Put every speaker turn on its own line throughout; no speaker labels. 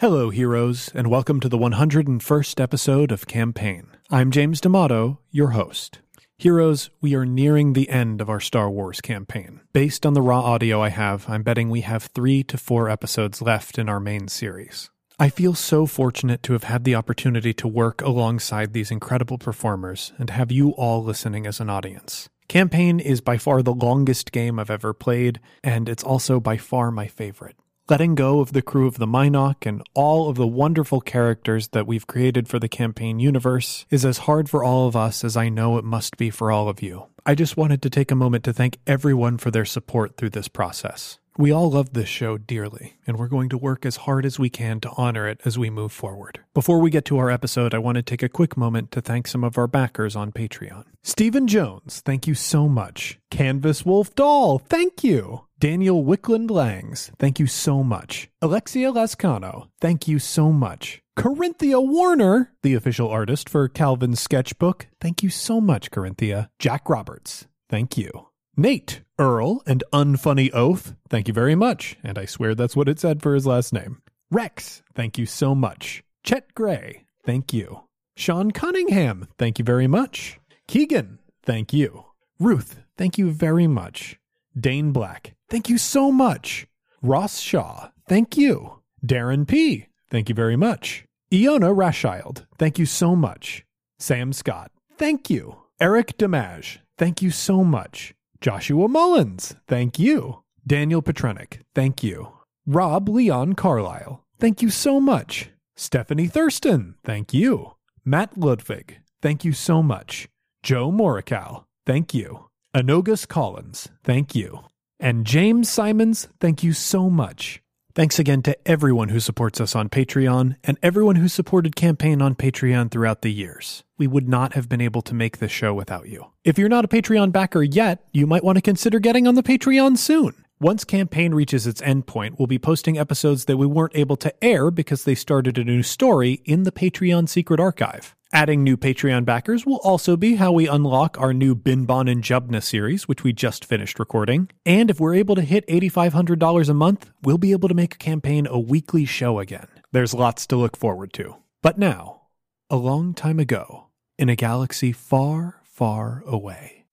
Hello, heroes, and welcome to the 101st episode of Campaign. I'm James D'Amato, your host. Heroes, we are nearing the end of our Star Wars campaign. Based on the raw audio I have, I'm betting we have three to four episodes left in our main series. I feel so fortunate to have had the opportunity to work alongside these incredible performers and have you all listening as an audience. Campaign is by far the longest game I've ever played, and it's also by far my favorite. Letting go of the crew of the Minoc and all of the wonderful characters that we've created for the campaign universe is as hard for all of us as I know it must be for all of you. I just wanted to take a moment to thank everyone for their support through this process. We all love this show dearly, and we're going to work as hard as we can to honor it as we move forward. Before we get to our episode, I want to take a quick moment to thank some of our backers on Patreon. Stephen Jones, thank you so much. Canvas Wolf Doll, thank you. Daniel Wickland Langs, thank you so much. Alexia Lascano, thank you so much. Corinthia Warner, the official artist for Calvin's sketchbook, thank you so much, Corinthia. Jack Roberts, thank you. Nate, Earl, and Unfunny Oath, thank you very much, and I swear that's what it said for his last name. Rex, thank you so much. Chet Gray, thank you. Sean Cunningham, thank you very much. Keegan, thank you. Ruth, thank you very much. Dane Black, thank you so much. Ross Shaw, thank you. Darren P, thank you very much. Iona Raschild, thank you so much. Sam Scott, thank you. Eric Damage, thank you so much. Joshua Mullins, thank you. Daniel Petrenick, thank you. Rob Leon Carlisle, thank you so much. Stephanie Thurston, thank you. Matt Ludwig, thank you so much. Joe Morikawa, thank you. Anogus Collins, thank you. And James Simons, thank you so much. Thanks again to everyone who supports us on Patreon and everyone who supported Campaign on Patreon throughout the years. We would not have been able to make this show without you. If you're not a Patreon backer yet, you might want to consider getting on the Patreon soon. Once Campaign reaches its endpoint, we'll be posting episodes that we weren't able to air because they started a new story in the Patreon Secret Archive. Adding new Patreon backers will also be how we unlock our new Bin Bon and Jubna series, which we just finished recording. And if we're able to hit $8,500 a month, we'll be able to make a campaign a weekly show again. There's lots to look forward to. But now, a long time ago, in a galaxy far, far away.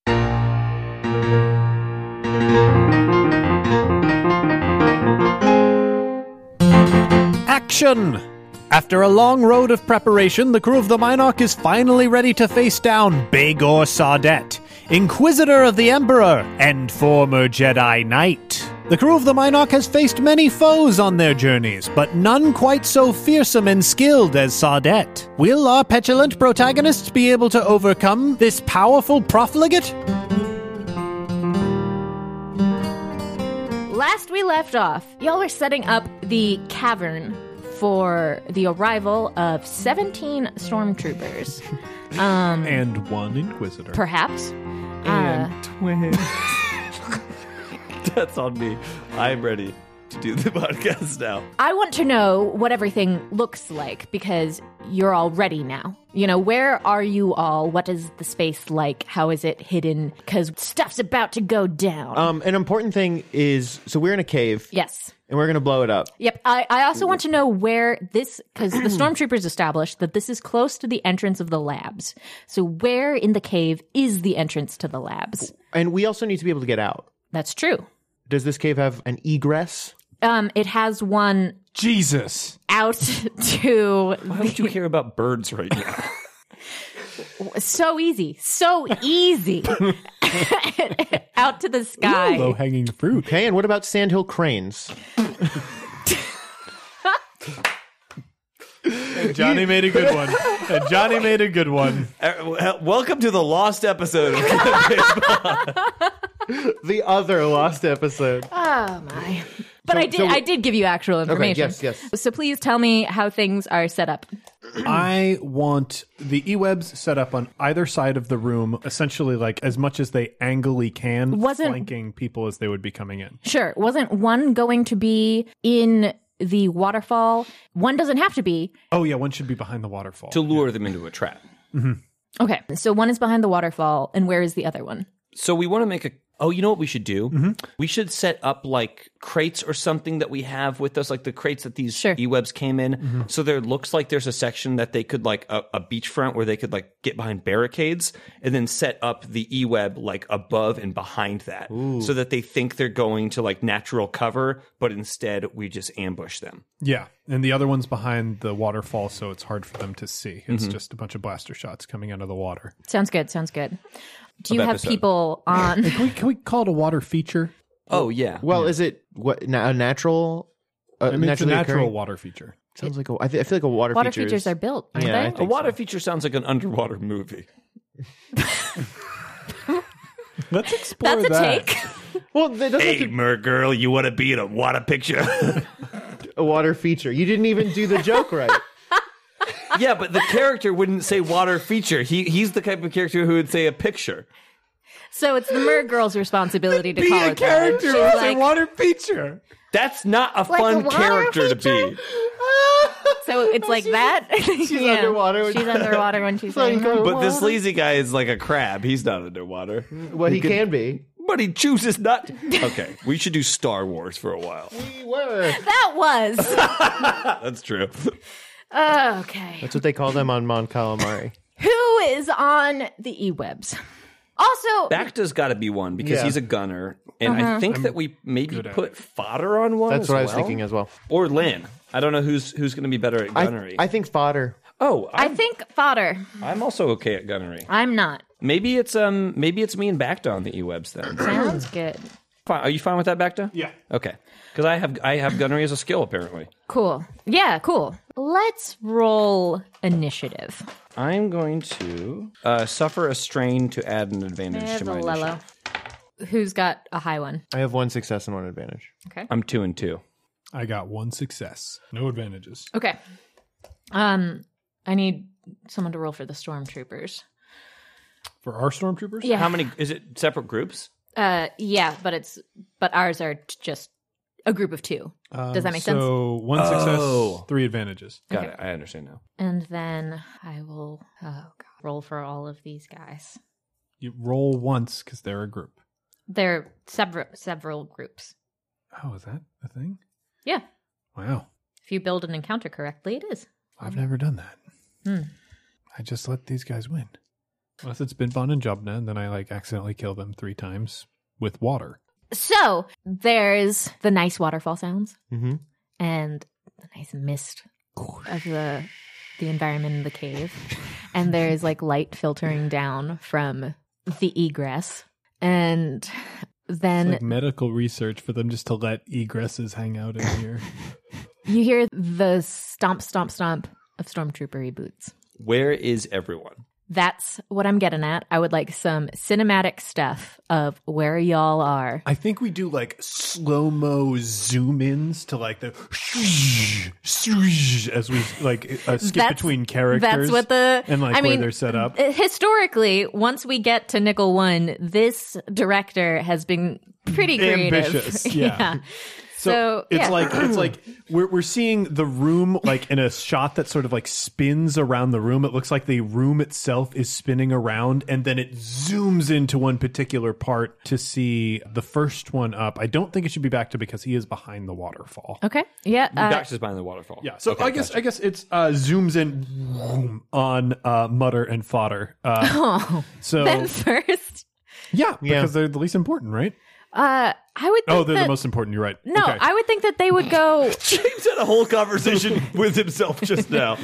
Action! After a long road of preparation, the crew of the Minoc is finally ready to face down Begor Sardet, Inquisitor of the Emperor and former Jedi Knight. The crew of the Minoc has faced many foes on their journeys, but none quite so fearsome and skilled as Sardet. Will our petulant protagonists be able to overcome this powerful profligate?
Last we left off, y'all were setting up the cavern for the arrival of 17 stormtroopers,
And one Inquisitor.
perhaps. Uh,
and twins. That's on me. I'm ready to do the podcast now.
I want to know what everything looks like because you're all ready now. You know, where are you all? What is the space like? How is it hidden? Because stuff's about to go down.
Um, an important thing is so we're in a cave
yes.
and we're gonna blow it up.
Yep. I, I also want to know where this, because the stormtroopers established that this is close to the entrance of the labs. So, where in the cave is the entrance to the labs?
And we also need to be able to get out.
That's true.
Does this cave have an egress?
Um, it has one
Jesus!
out to
Why would you care about birds right now?
so easy, so easy, out to the sky.
Low hanging fruit.
Okay, and what about sandhill cranes?
Johnny made a good one. And Johnny made a good one.
Uh, Welcome to the lost episode. of-
The other lost episode.
Oh my! But I did.
so-
I did give you actual information.
yes, yes.
So please tell me how things are set up.
I want the e-webs set up on either side of the room, essentially like as much as they angly can,
Wasn't-
flanking people as they would be coming in.
Sure, wasn't one going to be in the waterfall? One doesn't have to be.
Oh yeah, one should be behind the waterfall.
to lure them into a trap.
Okay, so one is behind the waterfall, and where is the other one?
So we want to make a Oh, you know what we should do? We should set up like crates or something that we have with us, like the crates that these
Sure.
e-webs came in. So there looks like there's a section that they could like a, a beachfront where they could like get behind barricades and then set up the e-web like above and behind that, so that they think they're going to like natural cover, but instead we just ambush them.
Yeah, and the other one's behind the waterfall, so it's hard for them to see. It's just a bunch of blaster shots coming out of the water.
Sounds good. Sounds good. Do you
Of
have
episode.
people on?
Can we, can we call it a water feature?
Oh yeah,
Well, is it what na- a natural? Uh,
I mean, it's a
naturally
natural
occurring-
water feature.
Sounds like a, I, th- I feel like a water,
Water
feature
features,
is-
are built, aren't
Yeah, I
they?
a
think
water feature sounds like an underwater movie.
Let's explore
That's a
that.
take.
Well, that doesn't have to-
mer girl, you want to be in a water picture?
a water feature. You didn't even do the joke right.
yeah, but the character wouldn't say water feature. He he's the type of character who would say a picture.
So it's the mer girl's responsibility to call it that. She's like-
water feature.
That's not
Like
a
a
fun
water
character to be.
So it's like that. She's
underwater when-
She's underwater when she's
Like,
in her-
uh,
But this
water-
lazy guy is like a crab. He's not underwater.
well, he can be.
But he chooses not. to- Okay, we should do Star Wars for a while.
We were.
that was oh,
That's true.
okay.
That's what they call them on Mon Calamari.
Who is on the e-webs? Also,
Bacta's got to be one because
Yeah.
he's a gunner, and
Uh-huh.
I think that we maybe
at
put fodder on one.
That's
as
what I was
well.
thinking as well.
Or Lynn. I don't know who's who's going to be better at
I,
gunnery.
I think fodder.
oh,
I
I'm,
think fodder.
I'm also okay at gunnery.
I'm not.
Maybe it's um maybe it's me and Bacta on the e-webs then.
Sounds good.
Fine. Are you fine with that, Bacta?
Yeah.
Okay. Because I have I have gunnery as a skill apparently.
Cool. Yeah, cool. Let's roll initiative.
I'm going to uh, suffer a strain to add an advantage to my
Mazzalello.
initiative.
Who's got a high one?
I have one success and one advantage.
I'm two and two.
I got one success, no advantages.
Okay. Um, I need someone to roll for the stormtroopers.
For our stormtroopers,
Yeah.
How many? Is it separate groups?
Uh, yeah, but it's but ours are t- just a group of two. Does that make
Um, so
sense?
one success,
Oh.
three advantages.
Got it. I understand now.
And then I will oh god roll for all of these guys.
You roll once because they're a group.
They're several several groups.
Oh, is that a thing?
Yeah,
Wow,
if you build an encounter correctly, it is.
I've never done that.
Hmm.
I just let these guys win. Unless it's Binbon and Jubna, and then I like accidentally kill them three times with water.
So there's the nice waterfall sounds
Mm-hmm.
and the nice mist of the the environment in the cave, and there's like light filtering down from the egress, and then
Like medical research for them just to let egresses hang out in here.
You hear the stomp, stomp, stomp of stormtroopery boots.
Where is everyone?
That's what I'm getting at. I would like some cinematic stuff of where y'all are.
I think we do like slow mo zoom ins to like the as we like uh, skip
That's-
between characters.
That's what the
and like
I
where
mean,
they're set up.
uh, Historically, once we get to Nickel One, this director has been pretty creative.
Ambitious, yeah.
So,
it's
yeah.
like it's like we're we're seeing the room like in a shot that sort of like spins around the room. It looks like the room itself is spinning around, and then it zooms into one particular part to see the first one up. I don't think it should be back to because he is behind the waterfall.
Okay. Yeah. Uh,
Doctor's behind the waterfall.
Yeah, so I guess I guess it's uh, zooms in vroom, on uh, mutter and fodder. Uh,
Oh.
so
then first,
yeah,
Yeah.
because they're the least important, right?
uh, I would. Think
Oh, they're
that,
the most important. You're right.
No,
okay.
I would think that they would go.
James had a whole conversation with himself just now.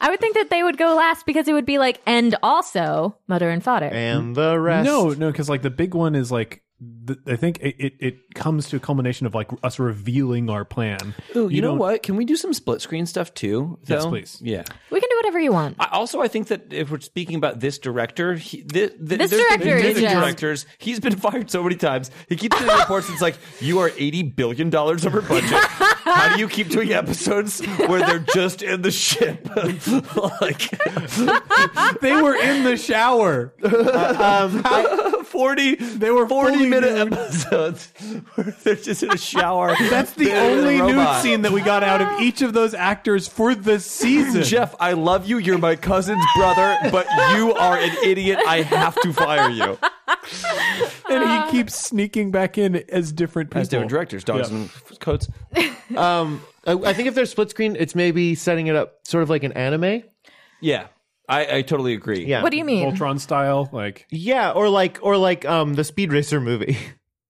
I would think that they would go last because it would be like, and also mutter and fodder.
And the rest.
No, no, because like the big one is like th- I think it, it it comes to a culmination of like us revealing our plan.
Ooh, you, know
don't-
what? Can we do some split screen stuff too?
Yes,
though?
please.
Yeah.
We can do whatever you want.
I, also, I think that if we're speaking about this director, he, th- th-
This
there's been
director is
many
just-
directors. He's been fired so many times. He keeps doing reports. It's like you are eighty billion dollars over budget. How do you keep doing episodes where they're just in the ship? like
they were in the shower. Uh, um,
forty,
They were
forty
fully
minute
nude.
episodes where they're just in a shower.
That's the
They're in a
only nude
robot.
scene that we got out of each of those actors for the season.
Jeff, I love you. You're my cousin's brother, but you are an idiot. I have to fire you.
and he keeps sneaking back in as different people.
As different directors, dogs
Yeah.
and coats.
Um, I, I think if there's split screen, it's maybe setting it up sort of like an anime.
Yeah, I, I totally agree.
Yeah.
What do you mean?
Voltron style, like
Yeah, or like or like um the Speed Racer movie.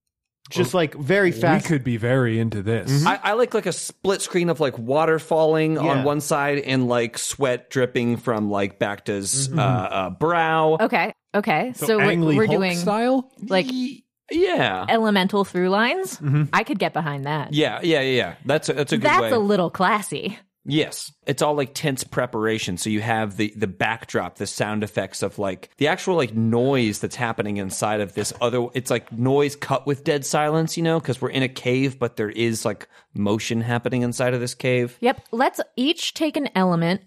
Just like very fast.
we could be very into this.
I, I like like a split screen of like water falling
Yeah.
on one side and like sweat dripping from like Bacta's
Mm-hmm.
uh, uh, brow.
Okay. Okay. So, we're,
Ang Lee
we're
Hulk
doing
style.
like
Ye- yeah,
elemental through lines.
Mm-hmm.
I could get behind that.
yeah, yeah, yeah, yeah. That's a, that's a good
That's
way.
a little classy.
Yes. It's all like tense preparation. So you have the, the backdrop, the sound effects of like the actual like noise that's happening inside of this other, it's like noise cut with dead silence, you know, because we're in a cave, but there is like motion happening inside of this cave.
Yep. Let's each take an element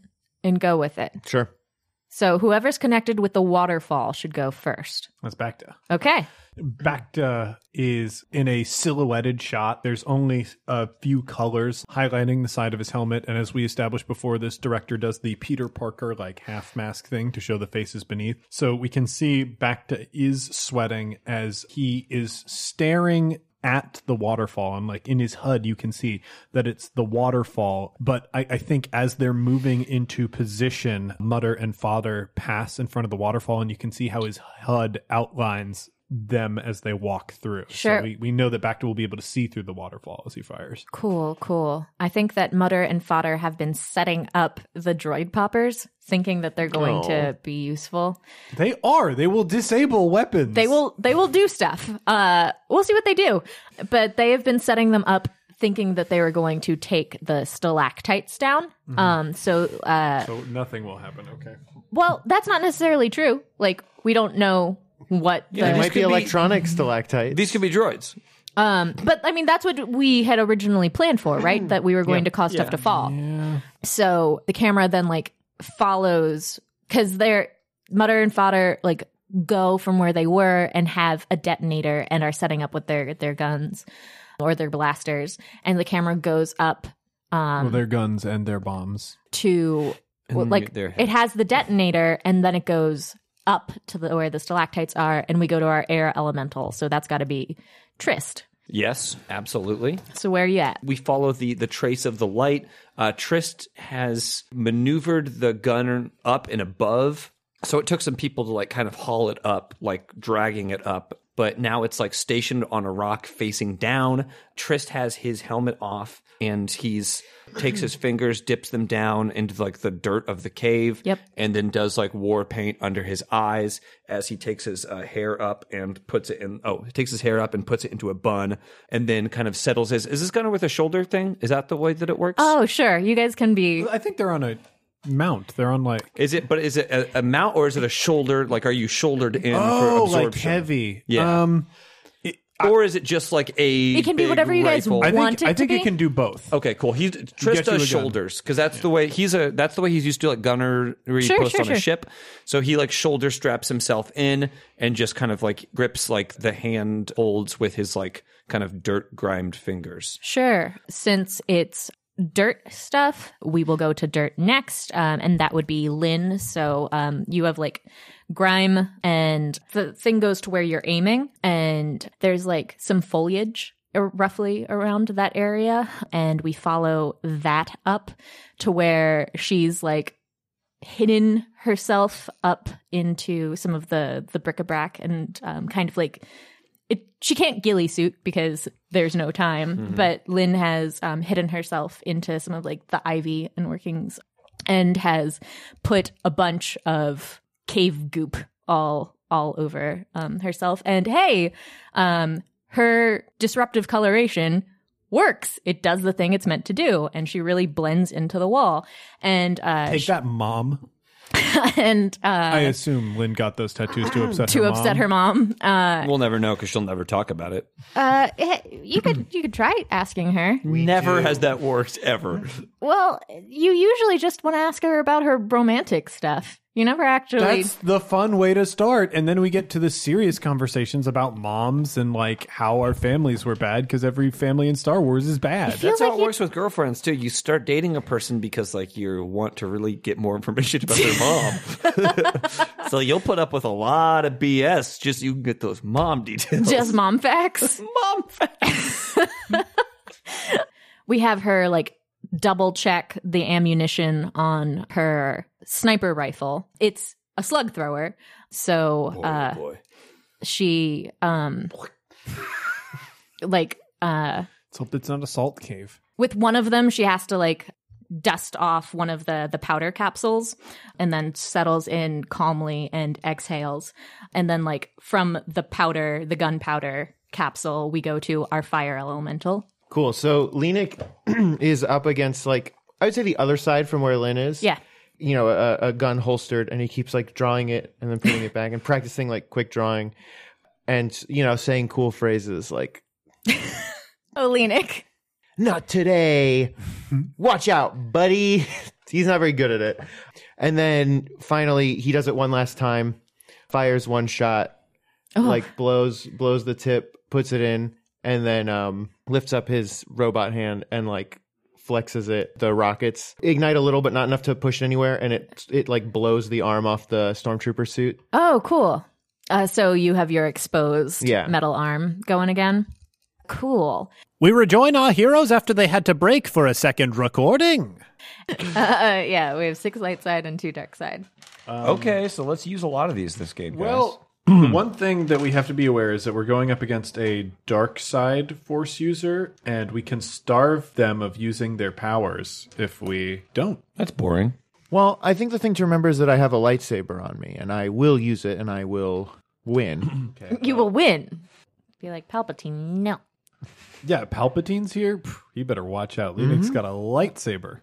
and go with it.
sure.
So whoever's connected with the waterfall should go first.
That's Bacta.
Okay.
Bacta is in a silhouetted shot. There's only a few colors highlighting the side of his helmet. And as we established before, this director does the Peter Parker like half mask thing to show the faces beneath. So we can see Bacta is sweating as he is staring at the waterfall and like in his HUD you can see that it's the waterfall. But I, I think as they're moving into position, Mother and Father pass in front of the waterfall and you can see how his HUD outlines them as they walk through.
Sure.
So we, we know that Bacta will be able to see through the waterfall as he fires.
Cool, cool. I think that Mutter and Fodder have been setting up the droid poppers, thinking that they're going to be useful.
They are. They will disable weapons.
They will they will do stuff. Uh we'll see what they do. But they have been setting them up thinking that they were going to take the stalactites down. Um so uh
So nothing will happen. Okay.
well, that's not necessarily true. Like we don't know what the
It
It
These
might be
could be-
electronic stalactites.
These could be droids.
Um, but I mean, that's what we had originally planned for, right? that we were going to cause stuff to fall. So the camera then like follows because they're mutter and fodder like go from where they were and have a detonator and are setting up with their their guns or their blasters, and the camera goes up um,
Well, their guns and their bombs.
to well,
then
like
their head.
it has the detonator and then it goes up to the where the stalactites are, and we go to our air elemental. So that's got to be Trist.
Yes, absolutely.
So where are you at?
we follow the the trace of the light. Uh, Trist has maneuvered the gun up and above, so it took some people to like kind of haul it up, like dragging it up. But now it's like stationed on a rock facing down. Trist has his helmet off, and he's takes his fingers, dips them down into like the dirt of the cave.
Yep.
and then does like war paint under his eyes as he takes his uh, hair up and puts it in. Oh, he takes his hair up and puts it into a bun, and then kind of settles his. Is this gunner with a shoulder thing? Is that the way that it works?
Oh, sure. You guys can be.
I think they're on a mount. They're on like
Is it? But is it a, a mount or is it a shoulder? Like, are you shouldered in for
oh, like
absorption?
heavy.
Yeah.
Um,
or is it just like a?
It can be
big
whatever you guys
rifle?
I think
Want it
I
to
think
be?
it can do both.
Okay, cool. He's
you
Trist
a gun.
does shoulders because that's the way he's a. That's the way he's used to like gunnery
Sure,
post
sure,
on
sure.
a ship. So he like shoulder straps himself in and just kind of like grips like the hand holds with his like kind of dirt grimed fingers.
Sure. Since it's dirt stuff, we will go to dirt next. Um, and that would be Lynn. So um, you have like grime, and the thing goes to where you're aiming. And there's like some foliage uh, roughly around that area. And we follow that up to where she's like hidden herself up into some of the the bric-a-brac and um, kind of like it, she can't ghillie suit because there's no time but lynn has um, hidden herself into some of like the ivy and workings and has put a bunch of cave goop all all over um, herself and hey um, her disruptive coloration works it does the thing it's meant to do and she really blends into the wall and uh,
Take that, mom.
and uh,
I assume Lynn got those tattoos to upset
to
her
upset
mom.
her mom. Uh,
We'll never know because she'll never talk about it.
uh, eh, you could you could try asking her.
never has that worked ever.
Well, you usually just want to ask her about her romantic stuff. You never actually.
That's the fun way to start. And then we get to the serious conversations about moms and like how our families were bad because every family in Star Wars is bad.
feel
That's how
like
it
you-
works with girlfriends too. You start dating a person because like you want to really get more information about their mom. so you'll put up with a lot of BS just so you can get those mom details.
just mom facts.
mom facts.
we have her like double check the ammunition on her sniper rifle. It's a slug thrower. So uh,
boy.
she um like uh
Let's hope it's not a salt cave.
with one of them she has to like dust off one of the the powder capsules and then settles in calmly and exhales and then like from the powder the gunpowder capsule we go to our fire elemental
Cool. So Lena is up against like I would say the other side from where Lynn is.
yeah
You know, a, a gun holstered, and he keeps like drawing it and then putting it back and practicing like quick drawing, and you know, saying cool phrases like
olenic
"Not today," "Watch out, buddy." He's not very good at it. And then finally, he does it one last time, fires one shot, like blows blows the tip, puts it in, and then um, lifts up his robot hand and like flexes it. The rockets ignite a little, but not enough to push it anywhere, and it it like blows the arm off the stormtrooper suit.
Oh, cool. Uh, so you have your exposed
Yeah.
metal arm going again. Cool.
We rejoin our heroes after they had to break for a second recording.
Uh, yeah, we have six light side and two dark side.
okay, so let's use a lot of these this game, guys.
Well, one thing that we have to be aware is that we're going up against a dark side force user, and we can starve them of using their powers if we don't.
that's boring.
Well, I think the thing to remember is that I have a lightsaber on me, and I will use it, and I will win.
You will win. Be like Palpatine. No.
Yeah, Palpatine's here. Pff, You better watch out. Lunak's got a lightsaber.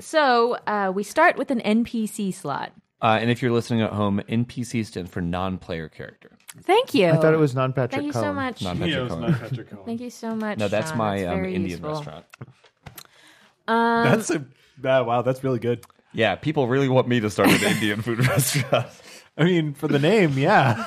So uh, we start with an NPC slot.
Uh, and if you're listening at home, NPC stands for non-player character.
Thank you.
I thought it was non Patrick.
Thank you so much.
Non-player character.
Thank you so much.
no, that's
Sean.
my um,
Ah, very
Indian
useful.
restaurant.
That's a ah, wow. That's really good.
Yeah, people really want me to start an Indian food restaurant.
I mean, for the name, yeah.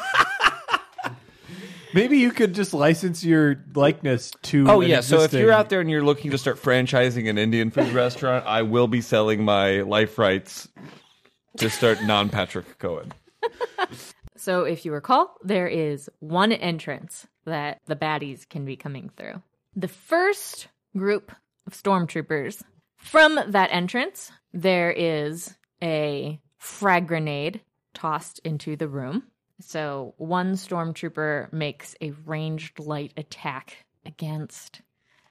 Maybe you could just license your likeness to.
Oh
an
yeah, so if
existing-
You're out there and you're looking to start franchising an Indian food restaurant. I will be selling my life rights to start non Patrick Cohen.
So if you recall, there is one entrance that the baddies can be coming through. The first group of stormtroopers from that entrance, there is a frag grenade tossed into the room. So one stormtrooper makes a ranged light attack against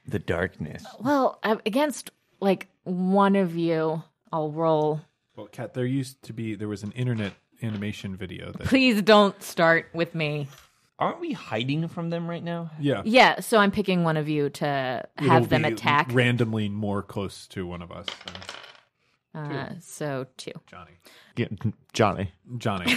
the darkness.
well, uh, against like one of you. I'll roll.
Well, Kat, there used to be there was an internet animation video that.
Please don't start with me.
Aren't we hiding from them right now?
Yeah.
Yeah, so I'm picking one of you to have
It'll
them
be
attack.
randomly more close to one of us than
Uh, so two.
Johnny.
Johnny.
Johnny.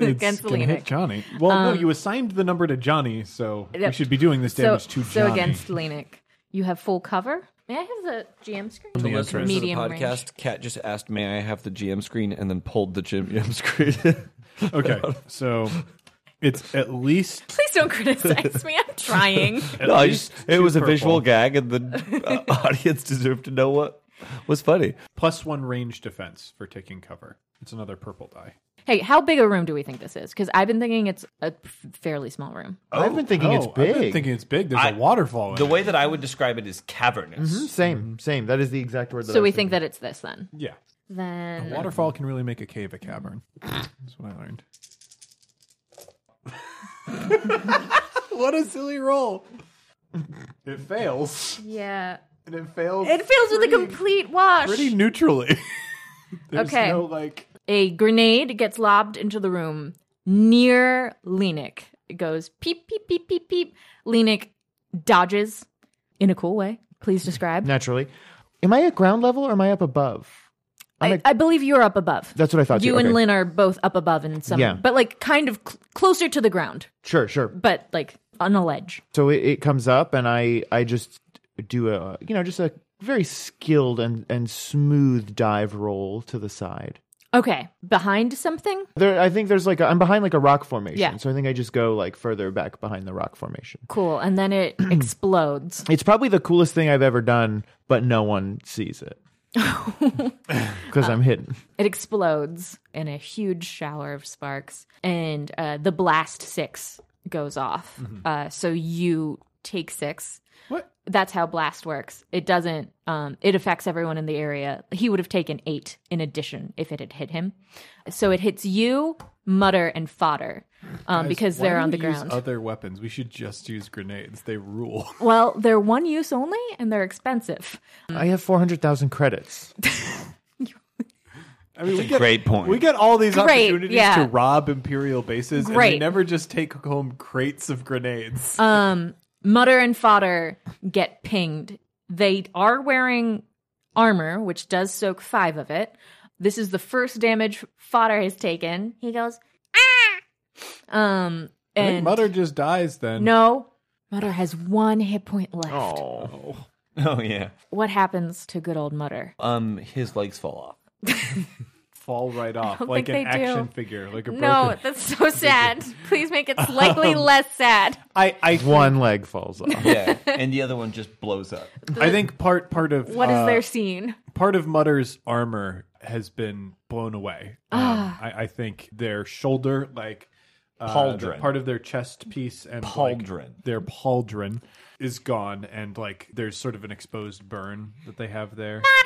Against
gonna
Lenik.
hit Johnny. Well, no, you assigned the number to Johnny, so we
Um, Yep.
should be doing this
So,
damage to
so
Johnny.
against Lenik. You have full cover. May I have the GM screen?
The listeners
Medium
of the
range.
podcast, Kat just asked, "May I have the GM screen?" and then pulled the GM screen.
Okay, so it's at least
Please don't criticize me. I'm trying.
at
no, I
least
just, it
two
was a
purple.
visual gag, and the uh, audience deserved to know what was funny.
plus one range defense for taking cover. It's another purple die.
hey, how big a room do we think this is? Because I've been thinking it's a f- fairly small room.
I've been thinking it's
Oh, I've been
big.
thinking it's big. There's a
I-
waterfall. In
The
it.
way that I would describe it is cavernous.
Mm-hmm.
Same, same. That is the exact word. That
So
I
we
was
think that
thinking.
it's this then.
yeah,
Then
waterfall can really make a cave a cavern. That's what I learned. what a silly roll! It fails,
yeah,
and it fails.
it fails with a
pretty-
complete wash.
pretty neutrally. There's
Okay.
no like
A grenade gets lobbed into the room near Lenik. It goes peep, peep, peep, peep, peep. Lenik dodges in a cool way. Please describe.
naturally. Am I at ground level or am I up above? I'm
I,
at-
I believe you're up above.
That's what I thought.
you
too.
and
Okay.
Lynn are both up above in some,
Yeah.
but like kind of cl- closer to the ground,
Sure, sure.
but like on a ledge.
So it, it comes up, and I I just do a you know just a very skilled and, and smooth dive roll to the side.
Okay, behind something.
There, I think there's like a, I'm behind like a rock formation,
Yeah.
so I think I just go like further back behind the rock formation.
Cool, and then it explodes.
It's probably the coolest thing I've ever done, but no one sees it because I'm hidden.
It explodes in a huge shower of sparks, and uh, the blast six goes off. Uh, so you take six.
What?
That's how blast works. It doesn't. Um, it affects everyone in the area. He would have taken eight in addition if it had hit him. So it hits you, mutter, and fodder, um, because they're on the ground.
other weapons. We should just use grenades. They rule.
well, they're one use only, and they're expensive.
I have four hundred thousand credits.
I mean, we get,
Great point.
We get all these
Great,
opportunities
yeah.
to rob imperial bases, and we
Great. Uh,
never just take home crates of grenades.
Mutter Um, and Fodder get pinged. They are wearing armor, which does soak five of it. This is the first damage Fodder has taken. He goes, ah! Um,
I think
and
Mother just dies then.
no, Mutter has one hit point left.
Oh yeah.
What happens to good old Mutter?
Um, his legs fall off.
fall right off
don't
like an
think they do.
action figure, like a
No,
broken.
that's so sad. Please make it slightly less sad.
I, I,
One leg falls off.
Mm-hmm.
Yeah, and the other one just blows up.
I think part part of
What is
uh,
their scene?
part of Mutter's armor has been blown away. Um,
Ah.
I, I think their shoulder, like uh,
Pauldron.
the part of their chest piece and like,
Pauldron.
their pauldron is gone, and like there's sort of an exposed burn that they have there.
Ah.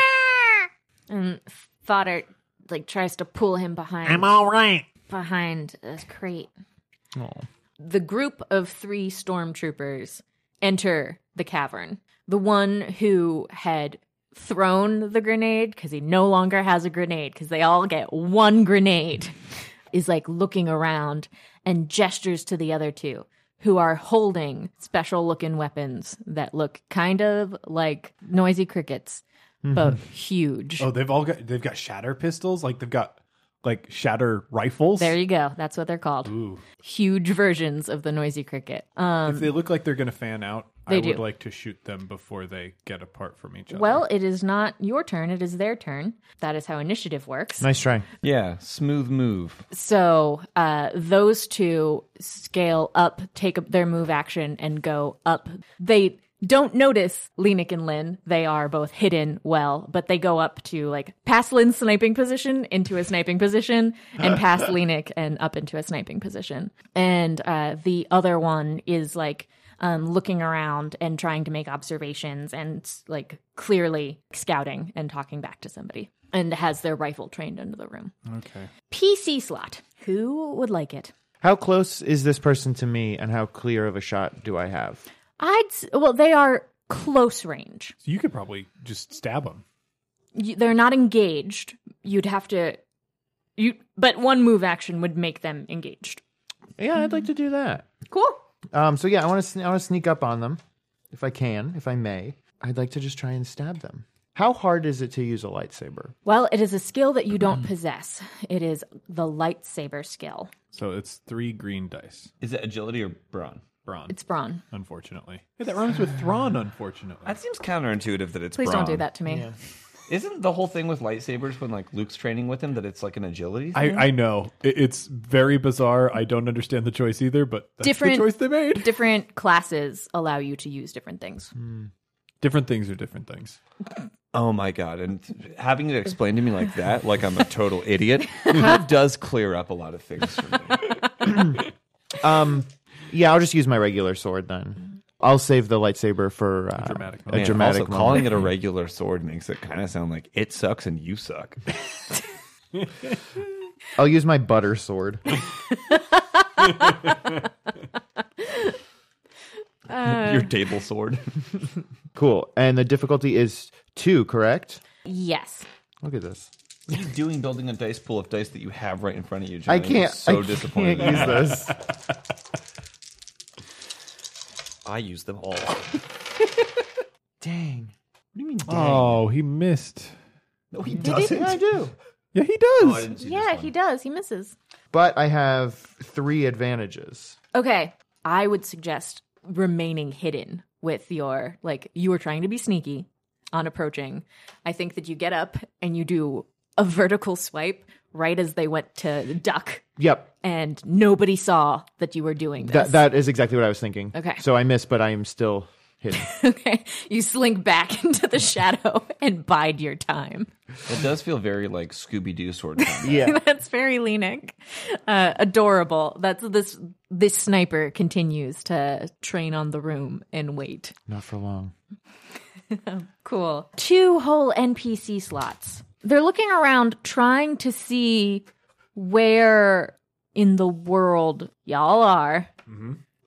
And Fodder like tries to pull him behind.
all right.
behind a crate. The group of three stormtroopers enter the cavern. The one who had thrown the grenade, because he no longer has a grenade, because they all get one grenade, is like looking around and gestures to the other two. Who are holding special looking weapons that look kind of like noisy crickets, but huge.
Oh, they've all got they've got shatter pistols, like they've got like shatter rifles.
There you go. That's what they're called.
Ooh.
Huge versions of the noisy cricket. Um,
if they look like they're gonna fan out, I
They
would
do.
like to shoot them before they get apart from each other.
well, it is not your turn. It is their turn. That is how initiative works.
Nice try.
Yeah, smooth move.
So uh, those two scale up, take up their move action, and go up. They don't notice Lenik and Lynn. They are both hidden well, but they go up to like past Lynn's sniping position into a sniping position, and past Lenik and up into a sniping position. And uh, the other one is like um, looking around and trying to make observations and like clearly scouting and talking back to somebody, and has their rifle trained into the room. PC slot. Who would like it?
How close is this person to me, and how clear of a shot do I have?
I'd s- well, they are close range.
so you could probably just stab them.
You, they're not engaged. You'd have to you but one move action would make them engaged.
Yeah, I'd like to do that.
Cool.
Um, so yeah, I want to sn- I want to sneak up on them, if I can, if I may. I'd like to just try and stab them. How hard is it to use a lightsaber?
Well, it is a skill that you don't possess. It is the lightsaber skill.
So it's three green dice.
Is it agility or brawn?
Brawn.
It's brawn.
unfortunately. Hey, that rhymes with Thrawn, unfortunately.
That seems counterintuitive that it's
Please don't do
brawn.
that to me.
Isn't the whole thing with lightsabers when like Luke's training with him that it's like an agility?
I, I know. It, it's very bizarre. I don't understand the choice either, but that's
Different-
the choice they made.
Different classes allow you to use different things.
Different things are different things.
oh my god! And having it explained to me like that, like I'm a total idiot, kind of does clear up a lot of things for me.
Um, yeah, I'll just use my regular sword then. I'll save the lightsaber for uh,
dramatic
a
moment.
Man,
dramatic
also,
moment.
calling it a regular sword makes it kind of sound like it sucks and you suck.
I'll use my butter sword.
Your table sword.
cool. And the difficulty is two, correct?
Yes.
Look at this.
What are you doing building a dice pool of dice that you have right in front of you?
I
Julian?
can't.
I'm so
I
disappointed.
Can't use this.
I use them all. What
Dang.
do you mean? Dang?
Oh, he missed.
no, he doesn't.
Yeah, I do.
Yeah, he does.
I didn't see this
Yeah,
one.
he does. He misses.
But I have three advantages.
Okay. I would suggest remaining hidden with your like you were trying to be sneaky. on approaching, I think that you get up and you do a vertical swipe right as they went to duck,
Yep.
and nobody saw that you were doing this.
That that is exactly what I was thinking.
Okay.
So I missed, but I am still hidden.
okay, you slink back into the shadow and bide your time.
It does feel very like Scooby Doo sort of. thing.
yeah.
That's very Lenik. Uh, adorable. That's this this sniper continues to train on the room and wait.
Not for long.
Cool. Two whole NPC slots. They're looking around trying to see where in the world y'all are.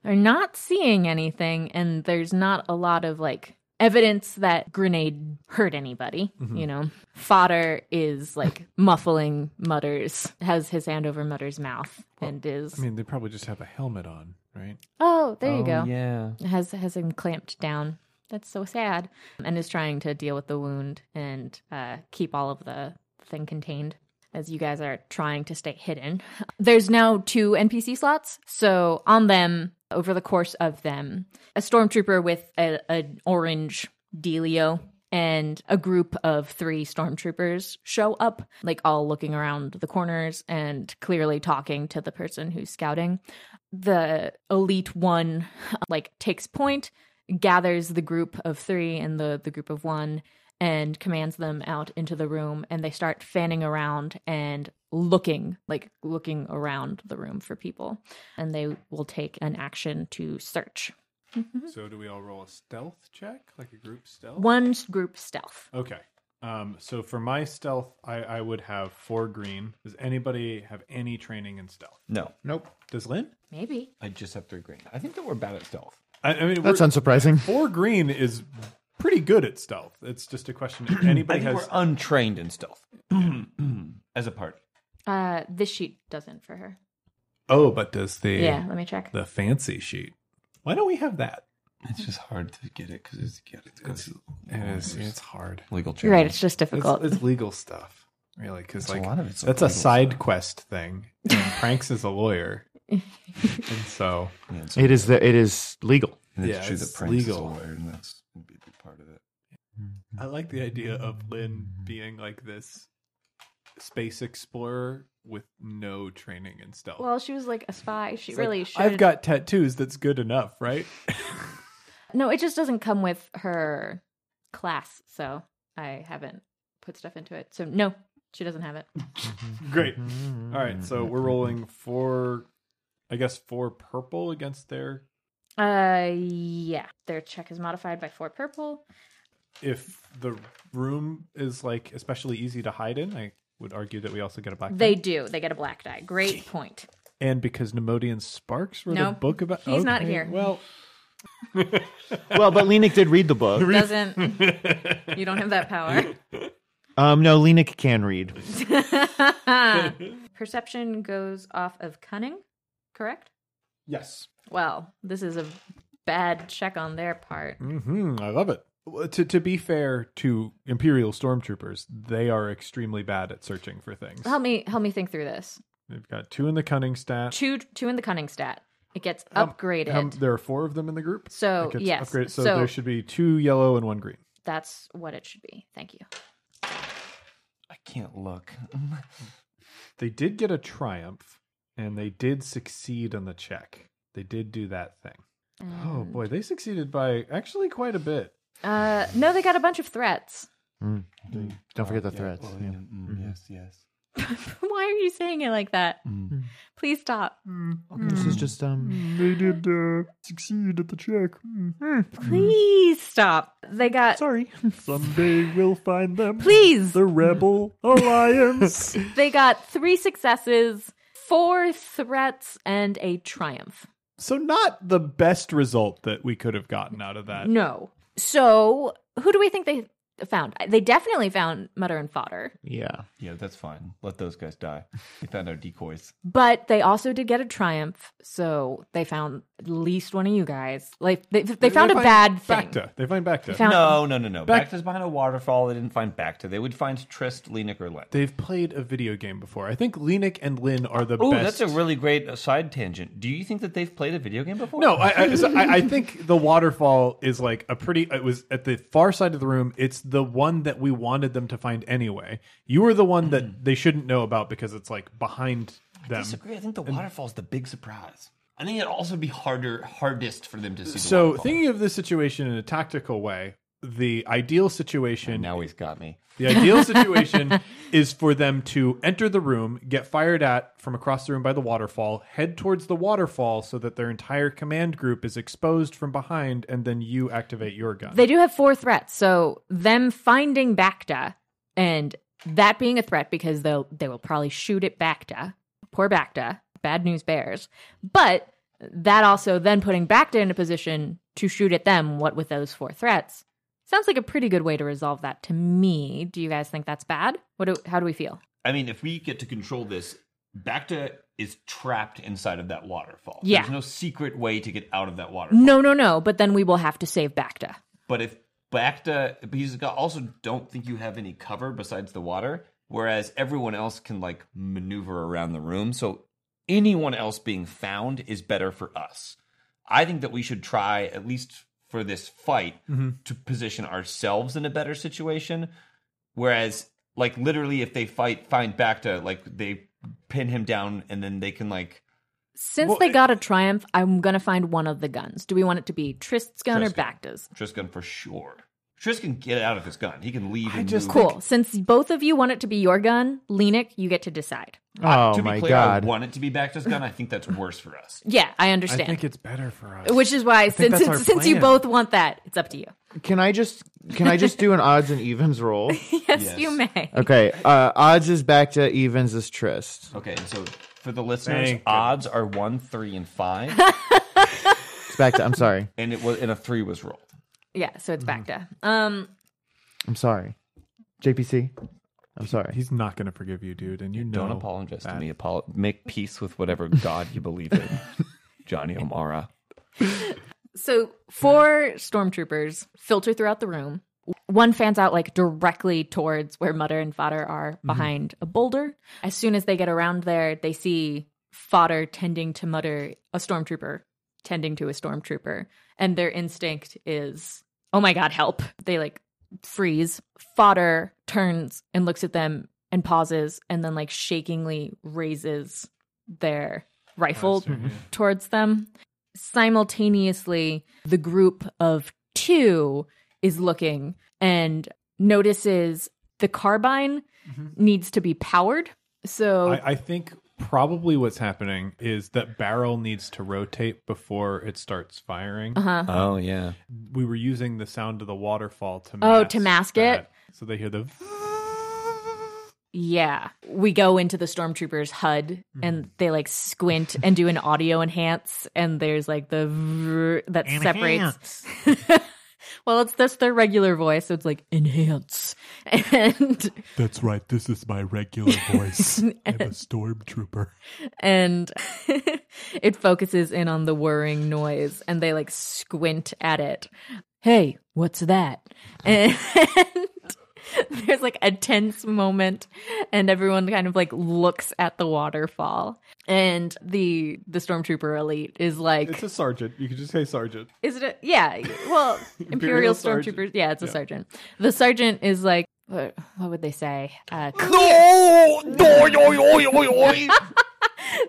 They're not seeing anything, and there's not a lot of like evidence that grenade hurt anybody. You know, fodder is like muffling Mutters, has his hand over Mutters' mouth, and is
I mean, they probably just have a helmet on, right?
oh, there you go
Yeah.
has has him clamped down. That's so sad. And is trying to deal with the wound and uh, keep all of the thing contained as you guys are trying to stay hidden. There's now two NPC slots, so on them over the course of them, a stormtrooper with a, an orange dealio and a group of three stormtroopers show up, like all looking around the corners and clearly talking to the person who's scouting. The elite one like takes point, gathers the group of three and the the group of one, and commands them out into the room, and they start fanning around and looking like looking around the room for people, and they will take an action to search.
So do we all roll a stealth check, like a group stealth?
Mm-hmm. One group stealth.
Okay. Um, so for my stealth, I, I would have four green. Does anybody have any training in stealth?
No,
Nope.
Does Lynn?
Maybe.
I just have three green. I think that we're bad at stealth.
I, I mean,
That's
we're-
unsurprising.
four green is pretty good at stealth. It's just a question if
I
anybody
think we're
has.
untrained in stealth as a party.
Uh this sheet doesn't for her.
Oh, but does the
Yeah, let me check.
the fancy sheet? Why don't we have that?
It's just hard to get it because it's get it because
It is. It's hard.
legal
You're right,
challenge.
it's just difficult.
It's, it's legal stuff, really, because
It's a
like
lot of it's
that's a
legal
side quest thing. And Pranks is a lawyer, and so
Yeah, it's-
It is the it is legal.
and it's
yeah,
true that
it's
Prince is a
legal.
lawyer, and that's would be a big part of it.
I like the idea of Lynn being like this space explorer with no training in stealth.
well, she was like a spy. She
It's like,
really should.
I've got tattoos. That's good enough, right?
No, it just doesn't come with her class, so I haven't put stuff into it. So no, she doesn't have it.
Great. All right, so we're rolling four, I guess four purple against their.
Uh yeah. Their check is modified by four purple.
If the room is like especially easy to hide in, I would argue that we also get a black.
They
die.
do. They get a black die. Great point.
and because Nemodian Sparks wrote
No,
a book about.
he's not here.
Well,
Well, but Lenik did read the book.
Doesn't you don't have that power.
Um, no, Lenik can read.
Perception goes off of cunning, correct?
yes.
Well, this is a bad check on their part.
hmm I love it. Well, To to be fair to Imperial stormtroopers, they are extremely bad at searching for things.
Help me help me think through this.
They've got two in the cunning stat.
Two two in the cunning stat. It gets
Um,
upgraded.
Um, there are four of them in the group.
So,
It gets
yes.
upgraded. So,
So-
there should be two yellow and one green.
That's what it should be. Thank you.
I can't look.
They did get a triumph, and they did succeed on the check. They did do that thing. Oh boy, they succeeded by actually quite a bit.
Uh, no, they got a bunch of threats.
Don't forget the threats. Yeah.
Yes, yes.
Why are you saying it like that? Please stop.
Mm.
This is just um.
They did uh, succeed at the check.
Please stop. They got.
Sorry. Someday we'll find them.
Please.
Rebel Alliance.
They got three successes, four threats, and a triumph.
so not the best result that we could have gotten out of that.
No. So, who do we think they found? They definitely found Mutter and Fodder,
Yeah.
Yeah, that's fine. Let those guys die. We found our decoys.
but they also did get a triumph. So, they found at least one of you guys. Like, they, they found a
find
bad thing.
Bacta. They find Bacta.
found-
No, no, no, no.
Back-
Bacta's behind a waterfall. They didn't find Bacta. They would find Trist, Lenik, or Lent.
They've played a video game before. I think Lenik and Lin are the
Oh,
best.
that's a really great uh, side tangent. Do you think that they've played a video game before?
No, I, I, so I, I think the waterfall is like a pretty. It was at the far side of the room. It's the one that we wanted them to find anyway. You were the one that they shouldn't know about because it's like behind them.
disagree. I think the waterfall's the big surprise. I think it'd also be harder, hardest for them to see. The
So,
waterfall.
thinking of this situation in a tactical way, the ideal situation
now he's got me.
The ideal situation is for them to enter the room, get fired at from across the room by the waterfall, head towards the waterfall so that their entire command group is exposed from behind, and then you activate your gun.
They do have four threats. So them finding Bacta and that being a threat because they'll they will probably shoot at Bacta. Poor Bacta. Bad news bears. But that also then putting Bacta in a position to shoot at them, what with those four threats. Sounds like a pretty good way to resolve that to me. Do you guys think that's bad? What do, how do we feel?
I mean, if we get to control this, Bacta is trapped inside of that waterfall.
Yeah.
There's no secret way to get out of that waterfall.
No, no, no, but then we will have to save Bacta.
But if Bacta, but he's got, also don't think you have any cover besides the water, whereas everyone else can like maneuver around the room. So anyone else being found is better for us. I think that we should try, at least for this fight,
Mm-hmm.
to position ourselves in a better situation. Whereas, like, literally, if they fight, find Bacta, like, they pin him down and then they can, like,
Since they got a triumph, I'm going to find one of the guns. Do we want it to be Trist's gun or
Trist's
Bacta's?
Triskin for sure. Trisk can get out of his gun. He can leave.
I
and
just-
move.
Cool. Since both of you want it to be your gun, Lenik, you get to decide.
Uh,
Oh
to be
my
clear,
god.
I want it to be Bacta's gun. I think that's worse for us.
Yeah, I
I
understand.
think it's better for us.
Which is why, since
that's our
since you
plan.
both want that, it's up to you.
Can I just can I just do an odds and evens roll?
Yes, you may.
Okay. Uh, odds is back to evens is Trist.
Okay, and so for the listeners,
Thank
odds are one, three, and five,
It's back to I'm sorry.
and it was and a three was rolled.
Yeah, so it's back to.
Mm-hmm.
Um,
I'm sorry. JPC. I'm sorry.
He's not going to forgive you, dude, and you know.
Don't apologize to me. Apolo- make peace with whatever god you believe in, Johnny O'Mara.
so four stormtroopers filter throughout the room. One fans out like directly towards where Mutter and Fodder are
Mm-hmm.
behind a boulder. As soon as they get around there, they see Fodder tending to Mutter, a stormtrooper tending to a stormtrooper, and their instinct is, "Oh my god, help!" They like freeze. Fodder turns and looks at them and pauses, and then like shakingly raises their rifle towards them simultaneously the group of two is looking and notices the carbine needs to be powered so
I, I think probably what's happening is that barrel needs to rotate before it starts firing.
Uh-huh.
Oh yeah.
We were using the sound of the waterfall to
Oh, to mask it?
that. So they hear the
yeah we go into the stormtroopers hud and they like squint and do an audio enhance and there's like the vrr that separates well it's that's their regular voice so it's like enhance and
That's right. This is my regular voice. I'm a stormtrooper.
and it focuses in on the whirring noise and they like squint at it hey what's that and there's like a tense moment and everyone kind of like looks at the waterfall and the the stormtrooper elite is like
It's a sergeant. You could just say sergeant.
is it a, yeah well imperial,
Imperial sergeant.
stormtroopers yeah it's a sergeant the sergeant is like what, what would they say uh,
No! No, no, no, no, no.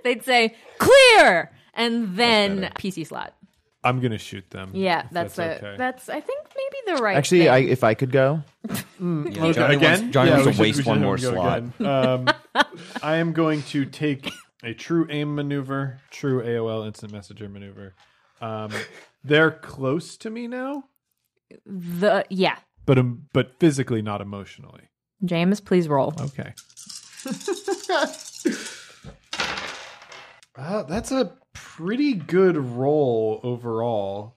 they'd say clear and then pc slot
I'm gonna shoot them.
Yeah,
if
that's, a,
okay.
that's I think maybe the right.
Actually,
thing.
I, if I could go,
Johnny
again.
wants, Johnny
Yeah,
wants
we
to
should- we
waste
should
one
have
more
him go
slot.
again. Um, I am going to take a true aim maneuver, true AOL instant messenger maneuver. Um, they're close to me now,
the yeah.
but um, but physically not emotionally.
James, please roll.
Okay. Uh, that's a pretty good roll overall.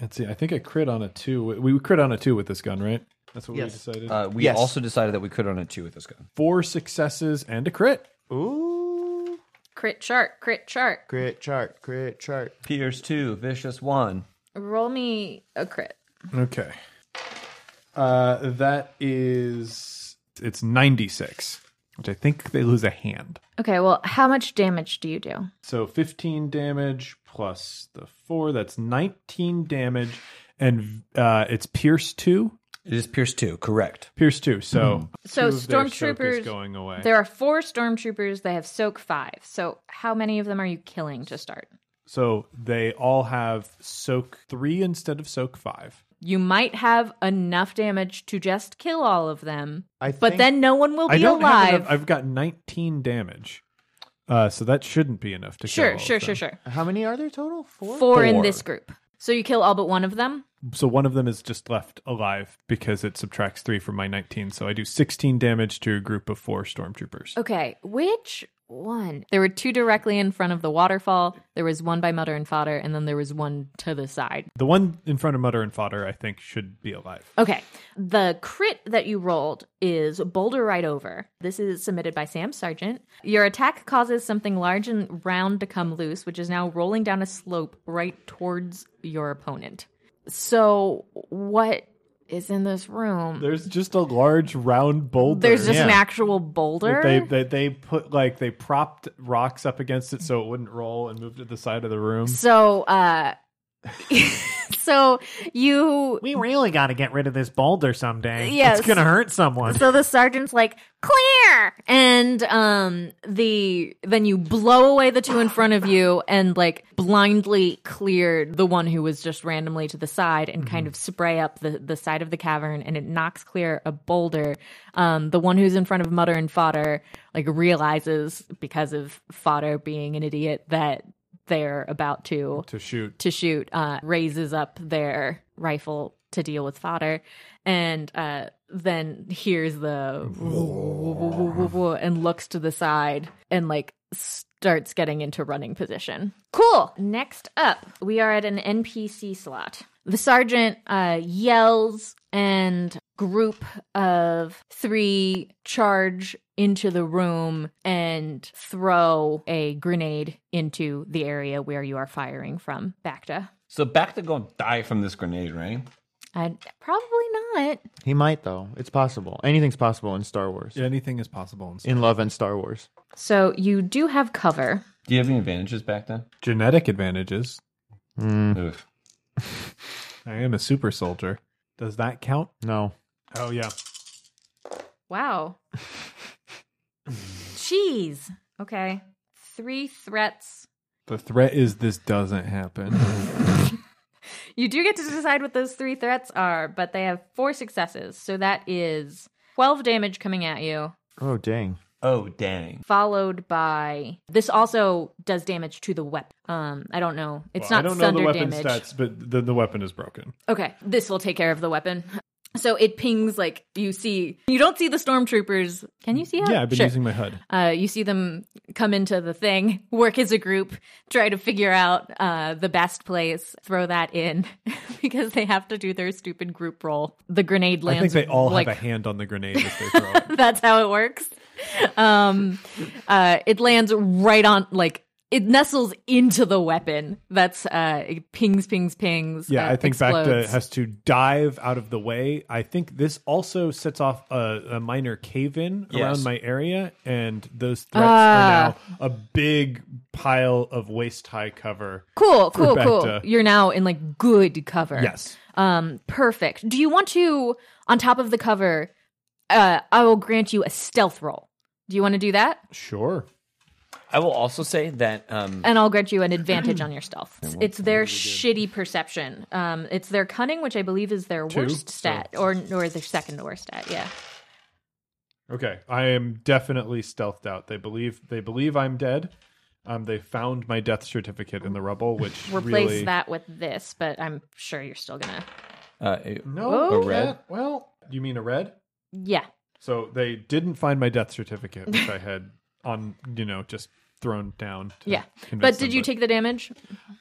Let's see. I think I crit on a two. We, we crit on a two with this gun, right? That's what
Yes.
we decided.
Uh, we
Yes.
also decided that we could on a two with this gun.
Four successes and a crit.
ooh,
Crit chart, crit chart.
crit chart, crit chart.
Pierce two, vicious one.
Roll me a crit.
Okay. Uh, that is it's ninety six, which I think they lose a hand.
Okay, well, how much damage do you do?
So fifteen damage plus the four. That's nineteen damage, and uh, it's pierce two.
It is Pierce 2, correct.
Pierce two. So
So
two of their soak is
stormtroopers
going away.
There are four stormtroopers. They have soak five. So how many of them are you killing to start?
So they all have soak three instead of soak five.
You might have enough damage to just kill all of them,
I
but
think-
then no one will
I
be
don't have
alive.
enough- I've got 19 damage. Uh, so that shouldn't be enough to kill. all
sure,
of
sure,
them.
sure, sure.
How many are there total? Four.
Four, in this group. So you kill all but one of them.
So one of them is just left alive because it subtracts three from my 19. So I do 16 damage to a group of four stormtroopers.
Okay, which one? There were two directly in front of the waterfall. There was one by Mutter and Fodder, and then there was one to the side.
The one in front of Mutter and Fodder, I think, should be alive.
Okay. The crit that you rolled is Boulder Right Over. This is submitted by Sam Sargent. Your attack causes something large and round to come loose, which is now rolling down a slope right towards your opponent. So, what is in this room?
There's just a large round boulder.
There's just an
Yeah.
actual boulder.
that they, that they put like they propped rocks up against it so it wouldn't roll and moved to the side of the room.
so, uh, so you
We really got to get rid of this boulder someday.
Yes.
It's going to hurt someone.
So the sergeant's like, clear! And um the then you blow away the two in front of you and like blindly cleared the one who was just randomly to the side and kind of spray up the, the side of the cavern and it knocks clear a boulder. Um the one who's in front of Mutter and Fodder like realizes because of Fodder being an idiot that they're about to
to shoot.
to shoot uh, raises up their rifle to deal with fodder and uh, then hears the and looks to the side and like starts getting into running position cool next up we are at an npc slot the sergeant uh, yells and group of three charge into the room and throw a grenade into the area where you are firing from. Bacta.
So back to go die from this grenade, right?
i probably not.
He might though. It's possible. Anything's possible in Star Wars.
Anything is possible. In-
In love and Star Wars.
So you do have cover.
Do you have any advantages back then?
Genetic advantages.
Mm-hmm.
Oof.
I am a super soldier. Does that count?
No.
Oh yeah.
Wow. Jeez. Okay. Three threats.
The threat is this doesn't happen.
You do get to decide what those three threats are, but they have four successes. So that is 12 damage coming at you,
Oh dang.
Oh, dang.
followed by this also does damage to the weapon. Um, I don't know. It's
Well,
not
I don't know
thunder
the weapon
damage.
stats, but the, the weapon is broken.
Okay, this will take care of the weapon. So it pings like you see. You don't see the stormtroopers. Can you see? How?
Yeah, I've been
Sure.
using my HUD.
Uh, you see them come into the thing, work as a group, try to figure out uh, the best place, throw that in because they have to do their stupid group roll. The grenade
I
lands.
think they all
like,
have a hand on the grenade as they throw it.
that's how it works. Um, uh, it lands right on, like it nestles into the weapon. That's uh, it pings, pings, pings.
Yeah,
uh,
I think Bacta
explodes.
has to dive out of the way. I think this also sets off a, a minor cave in around
Yes.
my area, and those threats
Ah.
are now a big pile of waist high cover.
Cool, cool, cool.
Bacta.
You're now in like good cover.
Yes.
Um, perfect. Do you want to, on top of the cover, uh, I will grant you a stealth roll. Do you want to do that?
Sure.
I will also say that um,
And I'll grant you an advantage on your stealth. It's, it's their shitty perception. Um, it's their cunning, which I believe is their worst stat, or or their second worst stat. Yeah.
Okay, I am definitely stealthed out. They believe they believe I'm dead. Um, they found my death certificate in the rubble, which
Replace
really
that with this, but I'm sure you're still gonna.
uh, it-
no
Oh.
a red. Well, you mean a red?
Yeah.
So they didn't find my death certificate, which I had on you know just thrown down. to
Yeah.
convince
But did
them,
you take the damage?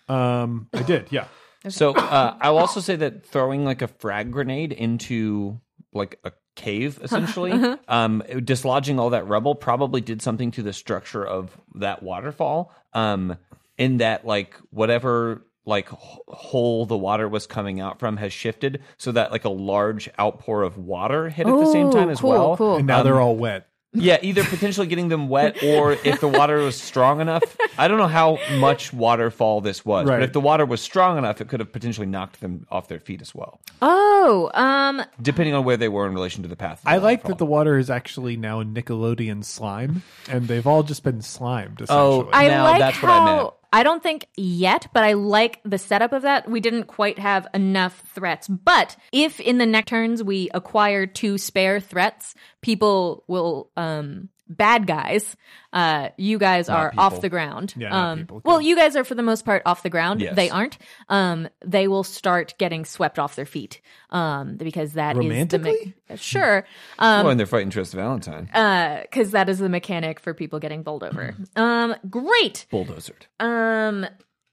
Um, I did. Yeah.
So uh, I'll also say that throwing like a frag grenade into like a cave, essentially,
Uh-huh.
um, dislodging all that rubble probably did something to the structure of that waterfall. Um, in that, like whatever like h- hole the water was coming out from has shifted, so that like a large outpour of water hit at the same
Oh,
time as
cool,
well.
cool.
Um, And now they're all wet.
Yeah, either potentially getting them wet or if the water was strong enough. I don't know how much waterfall this was,
Right.
but if the water was strong enough, it could have potentially knocked them off their feet as well,
Oh, um,
depending on where they were in relation to the path. of
I like
waterfall.
that the water is actually now Nickelodeon slime, and they've all just been slimed.
Oh,
Essentially.
I
Now,
like
that's what I
how
meant.
I don't think yet, but I like the setup of that. We didn't quite have enough threats, but if in the next turns we acquire two spare threats, people will um bad guys uh you guys are off the ground
Yeah, not
um
people,
well
good.
you guys are for the most part off the ground
Yes.
they aren't um they will start getting swept off their feet um because that is the me-
Romantically?
sure um
Oh, and they're fighting Trist Valentine.
because that is the mechanic for people getting bowled over. um, great.
Bulldozered.
Um,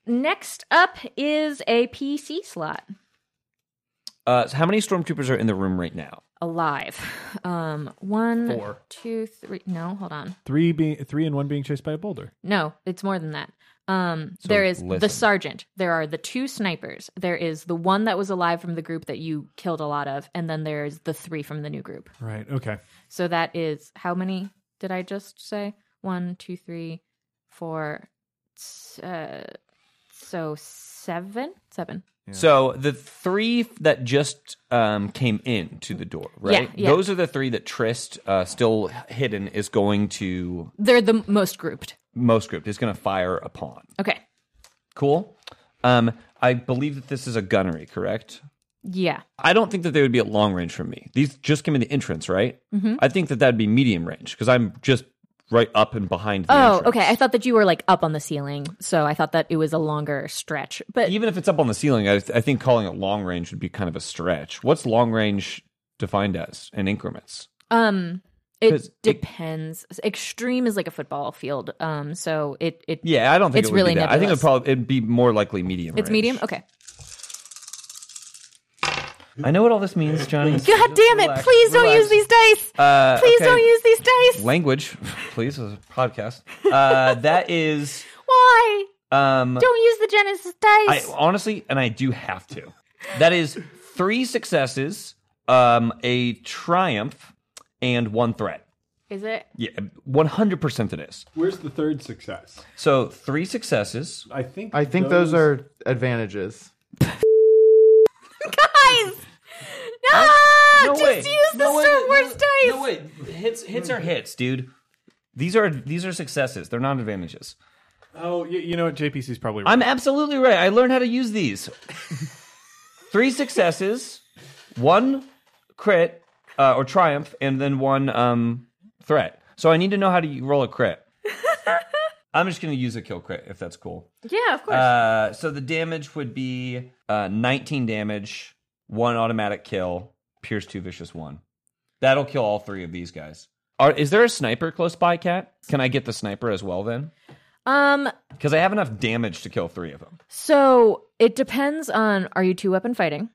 next up is a PC slot.
Uh, so how many stormtroopers are in the room right now?
Alive. Um, one, two, three- No, hold on.
Three being three and one being chased by a boulder.
No, it's more than that. Um, there is the
listen.
sergeant. There are the two snipers. There is the one that was alive from the group that you killed a lot of, and then there is the three from the new group.
Right. Okay.
So that is how many did I just say? One, two, three, four. s- Uh, so seven, seven.
So the three that just um, came in to the door, right?
Yeah, yeah.
Those are the three that Trist, uh, still hidden, is going to
They're the most grouped.
most grouped is going to fire upon.
Okay.
Cool. Um, I believe that this is a gunnery, correct?
Yeah.
I don't think that they would be at long range from me. These just came in the entrance, right?
Mm-hmm.
I think that that'd be medium range because I'm just right up and behind. The
Oh,
entrance.
okay. I thought that you were like up on the ceiling, so I thought that it was a longer stretch. But
Even if it's up on the ceiling, I, I think calling it long range would be kind of a stretch. What's long range defined as in increments?
um,
'Cause
it
it-
depends. Extreme is like a football field. Um, so it it
Yeah, I don't think
It's
it would
really
be that. I think it'd
nebulous.
probably it'd be more likely medium.
it's
range.
medium. Okay.
I know what all this means, Johnny.
God damn it! Please don't use these dice.
Uh,
Please
okay.
don't use these dice.
language, please. This is a podcast. Uh, that is
Why?
um,
Don't use the Genesis dice.
I honestly, and I do have to. That is three successes, um, a triumph, and one threat.
Is it?
Yeah, one hundred percent it is.
Where's the third success?
So three successes.
I think.
I think those are advantages.
Guys! No! just use the Star Wars dice!
No way. Hits, hits are hits, dude. These are these are successes. They're not advantages.
Oh, you, you know what? JPC's probably right.
I'm absolutely right. I learned how to use these. Three successes, one crit uh, or triumph, and then one um, threat. So I need to know how to roll a crit. I'm just going to use a kill crit if that's cool.
Yeah, of course.
Uh, so the damage would be uh, 19 damage, one automatic kill, pierce two, vicious one. That'll kill all three of these guys. Are, is there a sniper close by, Cat? Can I get the sniper as well then?
um,
Because I have enough damage to kill three of them.
so it depends on are you two weapon fighting?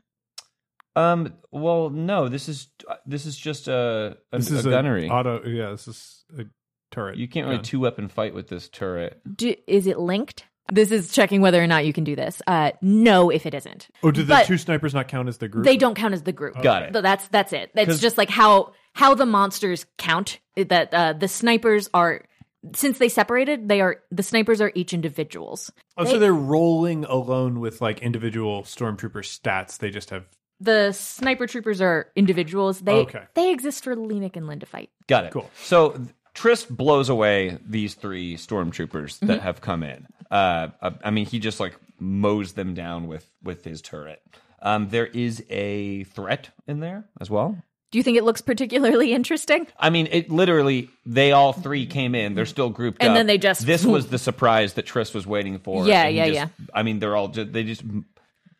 Um. Well, no. This is uh, this is just a, a,
This
a
is a
gunnery.
auto. Yeah, this is a turret.
you can't really
gun.
two weapon fight with this turret.
Do, is it linked? This is checking whether or not you can do this. Uh, no, if it isn't.
oh, do the
but-
two snipers not count as the group?
They don't count as the group.
Got it.
So that's that's it. It's just like how how the monsters count. That uh, the snipers are since they separated, they are the snipers are each individuals.
Oh, so they're rolling alone with like individual stormtrooper stats. They just have
The sniper troopers are individuals. They
Okay.
they exist for Lenik and Lynn to fight.
Got it.
Cool.
So th- Trist blows away these three stormtroopers that
Mm-hmm.
have come in. Uh, I- I mean, he just like mows them down with with his turret. Um, there is a threat in there as well.
Do you think it looks particularly interesting?
I mean, it literally they all three came in. They're still grouped
And
up.
then they just-
this was the surprise that Trist was waiting for.
Yeah,
and he
yeah,
just- I mean, they're all just, they just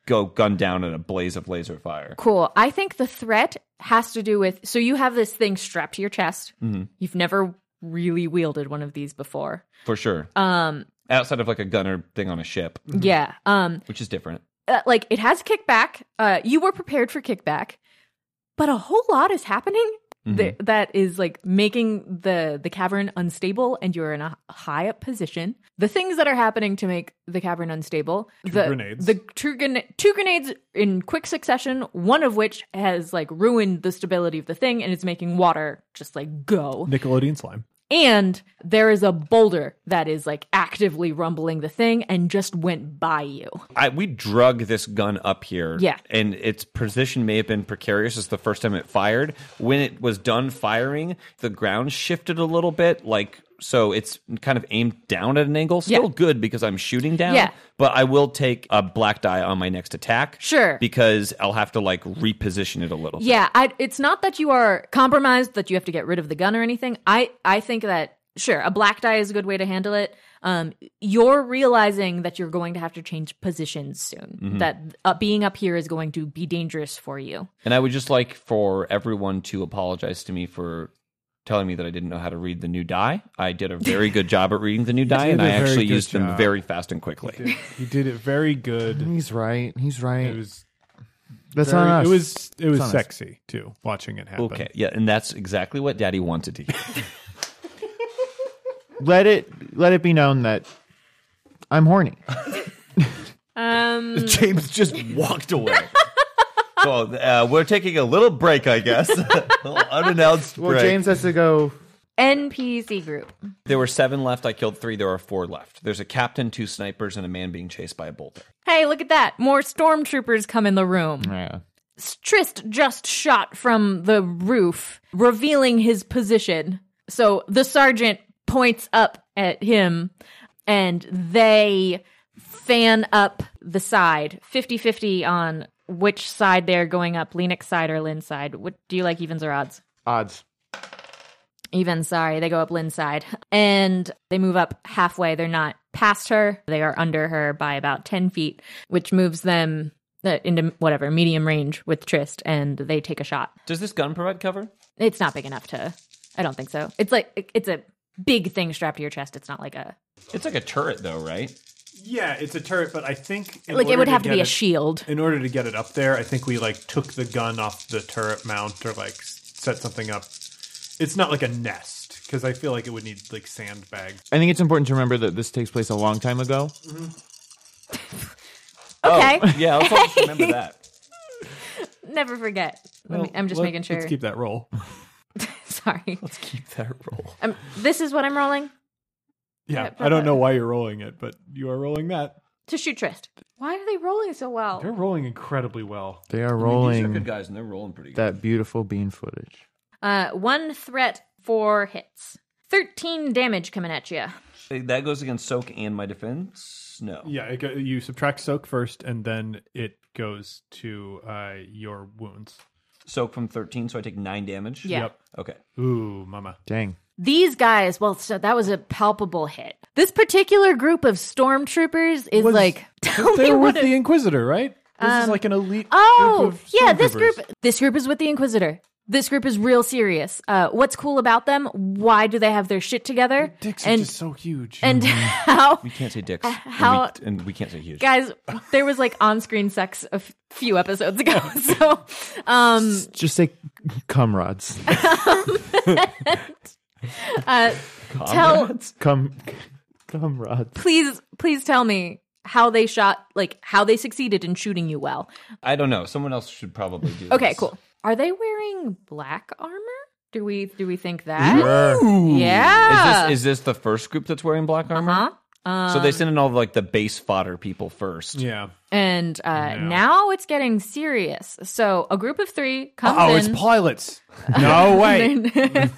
go gunned down in a blaze of laser fire.
Cool. I think the threat has to do with so you have this thing strapped to your chest.
Mm-hmm.
You've never really wielded one of these before.
For sure.
Um
Outside of like a gunner thing on a ship,
yeah. Um
which is different.
uh, like it has kickback. Uh you were prepared for kickback. But a whole lot is happening th- that is like making the the cavern unstable and you're in a high up position the things that are happening to make the cavern unstable the
grenades.
the two, gren- two grenades in quick succession one of which has like ruined the stability of the thing and it's making water just like go
Nickelodeon slime.
and there is a boulder that is like actively rumbling the thing and just went by you
I, we drug this gun up here.
Yeah.
And its position may have been precarious. It's the first time it fired. When it was done firing, the ground shifted a little bit. Like, so it's kind of aimed down at an angle. Still
Yeah.
good because I'm shooting down.
Yeah.
But I will take a black die on my next attack.
Sure.
Because I'll have to like reposition it a little.
Yeah, I, it's not that you are compromised that you have to get rid of the gun or anything. I I think that sure, a black die is a good way to handle it. Um, you're realizing that you're going to have to change positions soon. That uh, being up here is going to be dangerous for you.
And I would just like for everyone to apologize to me for telling me that I didn't know how to read the new die. I did a very good job at reading the new die,
did
and
a
I
very
actually
good
used them
job.
very fast and quickly.
He did it very good.
He's right. He's right.
It was
That's
very-
on us.
it was it was
on us.
sexy too. Watching it happen.
Okay, yeah, and that's exactly what Daddy wanted to hear.
let it let it be known that I'm horny.
Um,
James just walked away. so uh, we're taking a little break, I guess. A little unannounced break.
Well, James has to go.
NPC group.
There were seven left. I killed three. There are four left. There's a captain, two snipers, and a man being chased by a boulder.
hey, look at that! More stormtroopers come in the room.
Yeah.
Trist just shot from the roof, revealing his position. So the sergeant points up at him and they fan up the side 50 50 on which side they're going up, Lennox side or Lynn's side. What do you like, evens or odds?
Odds.
Even, sorry, they go up Lynn's side and they move up halfway. They're not past her, they are under her by about 10 feet, which moves them uh, into whatever medium range with Trist and they take a shot.
Does this gun provide cover?
It's not big enough to, I don't think so. It's like, it's a big thing strapped to your chest. It's not like a,
It's like a turret, though, right?
Yeah, it's a turret, but I think in
like it
order
would have to
get
be a
it-
shield.
In order to get it up there, I think we like took the gun off the turret mount or like s- set something up. It's not like a nest because I feel like it would need like sandbags.
I think it's important to remember that this takes place a long time ago.
Oh.
Okay.
Yeah, let's always remember that.
Never forget. Let me- I'm just
Let-
making sure.
Let's keep that roll.
Sorry.
Keep that roll.
Um, this is what I'm rolling
Yeah, I don't know why you're rolling it, but you are rolling that.
to shoot Trist. Why are they rolling so well?
They're rolling incredibly well.
They are
These are good
rolling
guys, and they're rolling pretty good.
that beautiful bean footage.
Uh, one threat, four hits. 13 damage coming at you.
That goes against soak and my defense. No.
Yeah, it go, you subtract soak first, and then it goes to uh, your wounds.
Soak from 13, so I take nine damage.
Yeah. Yep.
Okay.
Ooh, mama.
Dang.
These guys, well, so that was a palpable hit. This particular group of stormtroopers is like, tell me
They're
what
with
it-
the Inquisitor, right? This is like an elite.
Oh,
group of
yeah, this
stormtroopers.
group this group is with the Inquisitor. This group is real serious. Uh, what's cool about them? Why do they have their shit together?
Dicks are
and
just so huge.
and how
We can't say dicks. and we-
Uh, how-
And we, can't say huge.
guys there was like on-screen sex a f- few episodes ago. So, um
Just say comrades.
uh tell
Come comrades.
please please tell me how they shot like how they succeeded in shooting you well
I don't know. Someone else should probably do
okay
this.
cool are they wearing black armor do we do we think that yeah Um,
Is this, is this the first group that's wearing black armor?
huh
So they send in all of, like the base fodder people first.
yeah.
and uh now it's getting serious so a group of three comes
Oh, it's
in
pilots. No way.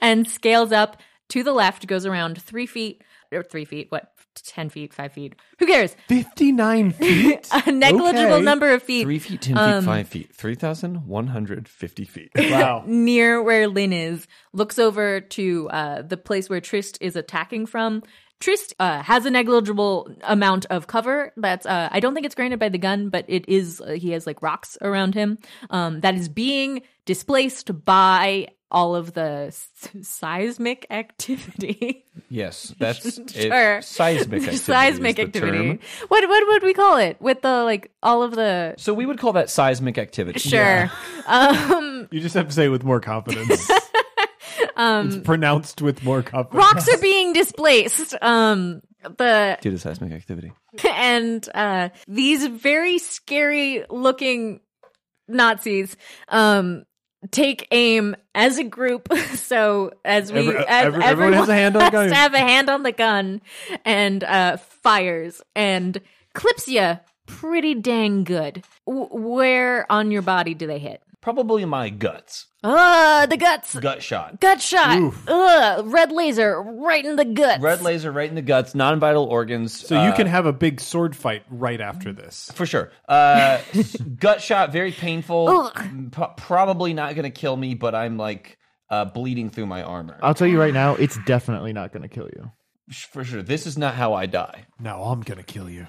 and scales up to the left goes around three feet or three feet what 10 feet 5 feet who cares
59 feet?
a negligible
Okay.
number of feet
Three feet, ten
Um,
feet, five feet, three thousand one hundred fifty feet.
Wow.
near where Lynn is, looks over to uh, the place where Trist is attacking from. Trist uh, has a negligible amount of cover. That's uh, I don't think it's granted by the gun, but it is. Uh, he has like rocks around him um, that is being displaced by all of the s- seismic activity.
Yes, that's
Sure.
it. seismic activity. is
seismic
the term.
activity. What what would we call it? With the like all of the
So we would call that seismic activity.
sure. Um
You just have to say it with more confidence. it's pronounced with more confidence.
rocks are being displaced. Um the
Due to seismic activity.
and uh, these very scary looking Nazis um, take aim as a group. So as we,
Every- uh,
as,
every- everyone has a hand on the
has
gun.
to have a hand on the gun, and uh, fires and clips you pretty dang good. W- where on your body do they hit?
Probably my guts.
Ah, the guts.
Gut shot.
Gut shot. Ugh, red laser right in the guts.
Red laser right in the guts, non vital organs. Uh,
So you can have a big sword fight right after this.
For sure. Uh, s- gut shot, very painful.
Ugh.
P- probably not going to kill me, but I'm like uh, bleeding through my armor.
I'll tell you right now, it's definitely not going to kill you.
For sure. This is not how I die.
Now I'm gonna kill you.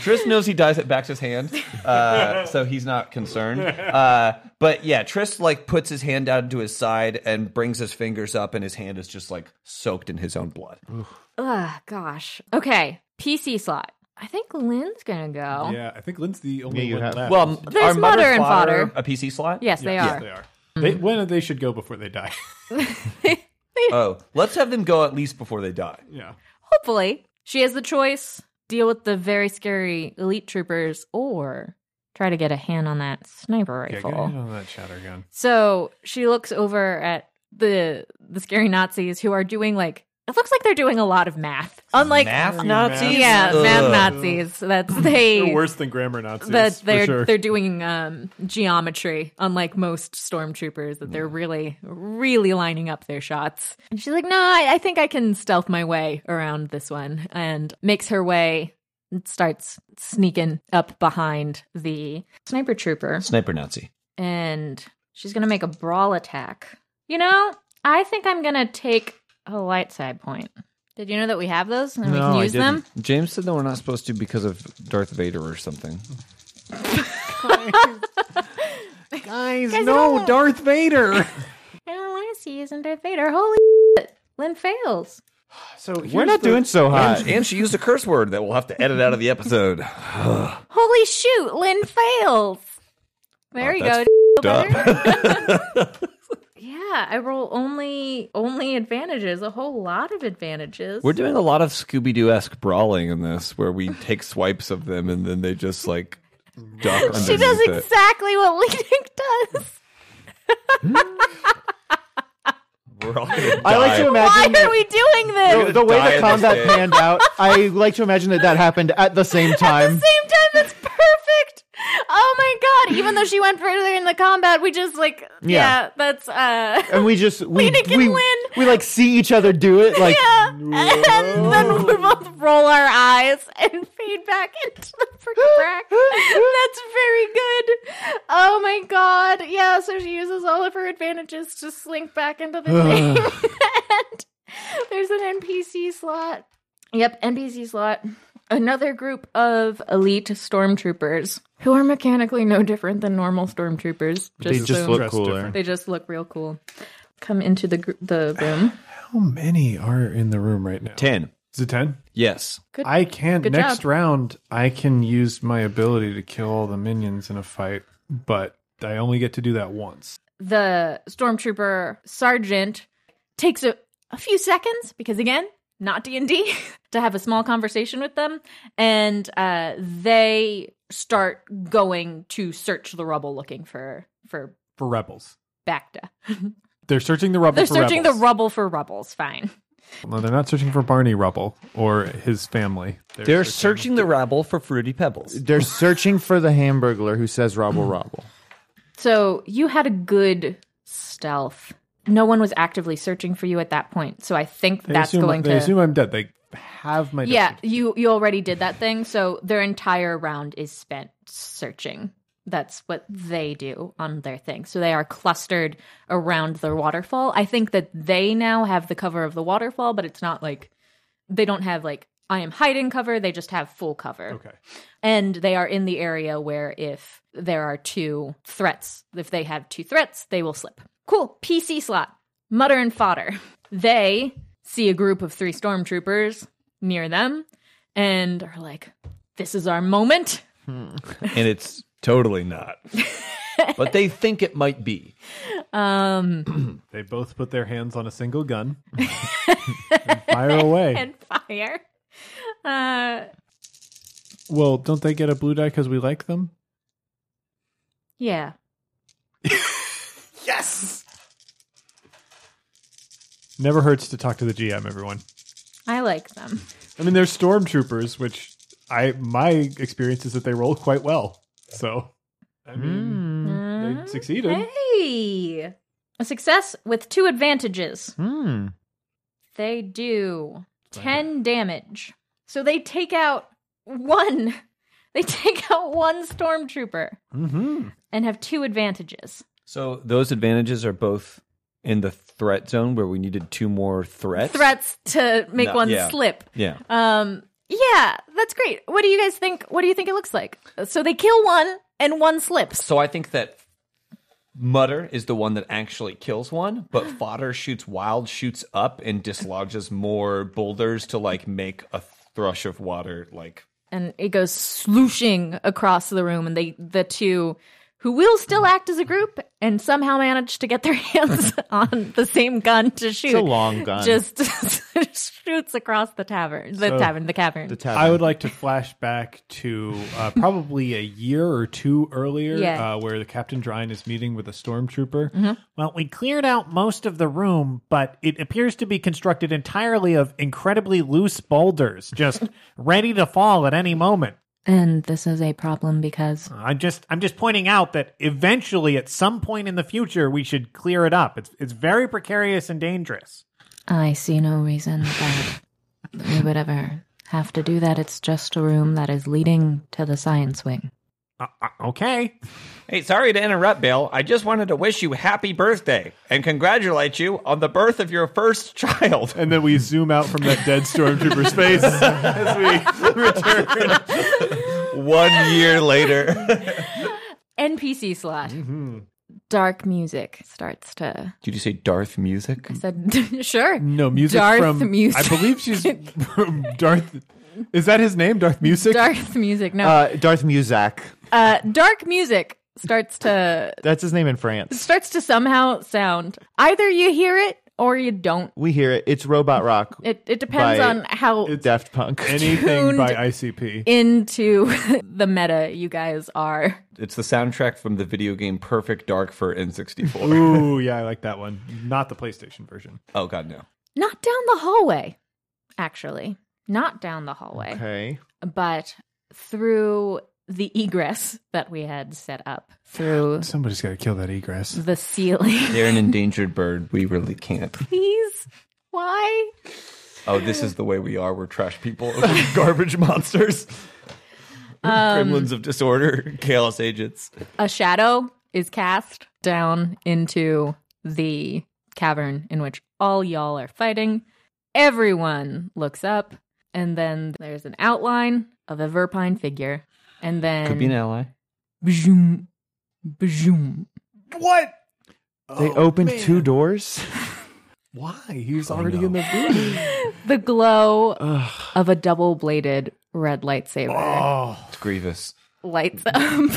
Tris knows he dies at Bax's hand, uh, so he's not concerned. Uh, but yeah, Tris like puts his hand down to his side and brings his fingers up, and his hand is just like soaked in his own blood.
Ugh, gosh. Okay, PC slot. I think Lynn's gonna go.
yeah, I think Lynn's the only
Yeah, you
one
have-
left.
Well,
There's
our mother
mother and
fodder,
fodder.
a PC slot.
Yes, they
yes,
are.
they are. They,
Mm-hmm.
when they should go before they die.
Oh, let's have them go at least before they die.
yeah.
Hopefully, she has the choice: deal with the very scary elite troopers, or try to get a hand on that sniper
Yeah,
rifle.
get in on that shotgun.
So she looks over at the the scary Nazis who are doing like it looks like they're doing a lot of math. Unlike
Math
Nazis?
yeah,
Ugh.
math Nazis. That's they.
They're worse than grammar Nazis.
that
for
they're
sure.
they're doing um, geometry, unlike most stormtroopers. That they're really really lining up their shots. And she's like, "No, I, I think I can stealth my way around this one," and makes her way and starts sneaking up behind the sniper trooper,
Sniper Nazi.
and she's gonna make a brawl attack. You know, I think I'm gonna take a light side point. Did you know that we have those and we can use them?
James said that we're not supposed to because of Darth Vader or something.
Guys,
Guys, I
no,
don't-
Darth Vader.
I don't want to see using Darth Vader. Holy shit. Lynn fails.
so
We're not doing so hot.
Uh, And, and she used a curse word that we'll have to edit out of the episode.
Holy shoot, Lynn fails. There you go.
up.
brother. yeah, I roll only only advantages, a whole lot of advantages.
We're doing a lot of Scooby Doo esque brawling in this, where we take swipes of them and then they just like duck underneath
she does
it.
exactly what Lenik does.
We're all gonna
I like to
die.
imagine
Why are we doing
the-
this?
the way
die
the
in this
combat
game.
panned out. I like to imagine that that happened at the same
At the
time.
same time, that's perfect. Oh my god! Even though she went further in the combat, we just like yeah,
Yeah.
that's uh
And we just we
Lena can
we,
win.
we like see each other do it like
yeah. And then we both roll our eyes and fade back into the brick crack. That's very good. Oh my god. Yeah, so she uses all of her advantages to slink back into the thing. and there's an NPC slot. Yep, NPC slot. Another group of elite stormtroopers who are mechanically no different than normal stormtroopers. Just so-
look cooler.
they just look real cool. Come into the gr- the room.
How many are in the room right now?
Ten.
Is it ten?
Yes.
I can
Good
next
job.
round. I can use my ability to kill all the minions in a fight, but I only get to do that once.
the stormtrooper sergeant takes a, a few seconds because again not d&d to have a small conversation with them and uh, they start going to search the rubble looking for for
For rebels,
bacta
they're searching the rubble.
they're
for
searching
rebels.
the rubble for rubbles fine
No, they're not searching for Barney Rubble or his family. They're,
They're searching the rabble for fruity pebbles.
they're searching for the Hamburglar who says
Mm.
"robble robble."
so you had a good stealth no one was actively searching for you at that point so i think
They
that's
assume,
going
they
to
assume I'm dead. They have my
Yeah, you you already did that thing, so their entire round is spent searching. That's what they do on their thing. So they are clustered around the waterfall. I think that they now have the cover of the waterfall, but it's not like they don't have like I am hiding cover, they just have full cover.
Okay.
And they are in the area where if there are two threats. If they have two threats, they will slip. Cool. PC slot. Mutter and fodder. They see a group of three stormtroopers near them and are like, this is our moment.
and it's totally not.
but they think it might be.
um,
They both put their hands on a single gun and fire away.
And fire. Uh,
well, don't they get a blue die because we like them?
yeah.
Never hurts to talk to the GM, everyone.
I like them.
I mean, they're stormtroopers, which I my experience is that they roll quite well. So, I mean, they succeeded.
Hey! A success with two advantages.
Hmm.
They do 10 damage. So they take out one. They take out one stormtrooper
Mm-hmm.
and have two advantages.
So those advantages are both in the threat zone where we needed two more threats.
Threats to make
No,
one
yeah.
slip.
Yeah.
Um yeah, that's great. What do you guys think? What do you think it looks like? So they kill one and one slips.
So I think that Mutter is the one that actually kills one, but Fodder shoots wild, shoots up, and dislodges more boulders to like make a thrush of water. Like
And it goes slooshing across the room and they the two who will still act as a group and somehow manage to get their hands on the same gun to shoot.
It's a long gun.
just shoots across the tavern, the
So-
tavern, the cavern.
the tavern.
I would like to flash back to uh, probably a year or two earlier,
Yeah.
uh, where the Captain Drine is meeting with a stormtrooper.
Well, we cleared out most of the room, but it appears to be constructed entirely of incredibly loose boulders, just ready to fall at any moment.
And this is a problem because
I'm just I'm just pointing out that eventually at some point in the future we should clear it up. It's it's very precarious and dangerous.
I see no reason that we would ever have to do that. It's just a room that is leading to the science wing.
Uh, uh, okay.
Hey, sorry to interrupt, Bill. I just wanted to wish you happy birthday and congratulate you on the birth of your first child.
And then we zoom out from that dead stormtrooper's face as we return.
One year later.
NPC slot.
Mm-hmm.
Dark music starts to.
Did you say Darth music?
I said, sure.
No music
Darth
from
music.
I believe she's from Darth. Is that his name, Darth Music?
Dark music. No. Uh,
uh, Darth Muzak.
dark music starts to
That's his name in France.
starts to somehow sound. Either you hear it or you don't.
We hear it. It's Robot Rock.
It it depends
By-
on how
Daft Punk.
Anything
tuned
by ICP.
into the meta you guys are.
It's the soundtrack from the video game Perfect Dark for N64.
Ooh, yeah, I like that one. Not the PlayStation version.
Oh, God, no.
Not down the hallway, actually. Not down the hallway.
okay.
but through the egress that we had set up through
Somebody's got to kill that egress.
the ceiling.
They're an endangered bird. We really can't.
Please, why?
Oh, this is the way we are. We're trash people, We're garbage monsters, gremlins of disorder, chaos agents.
Um, A shadow is cast down into the cavern in which all y'all are fighting. Everyone looks up, and then there's an outline of a verpine figure, and then
Could be an ally.
Bzoom, bzoom.
They opened two doors.
Why? He was already in the room.
the glow of a double-bladed red lightsaber.
It's Grievous.
lights up.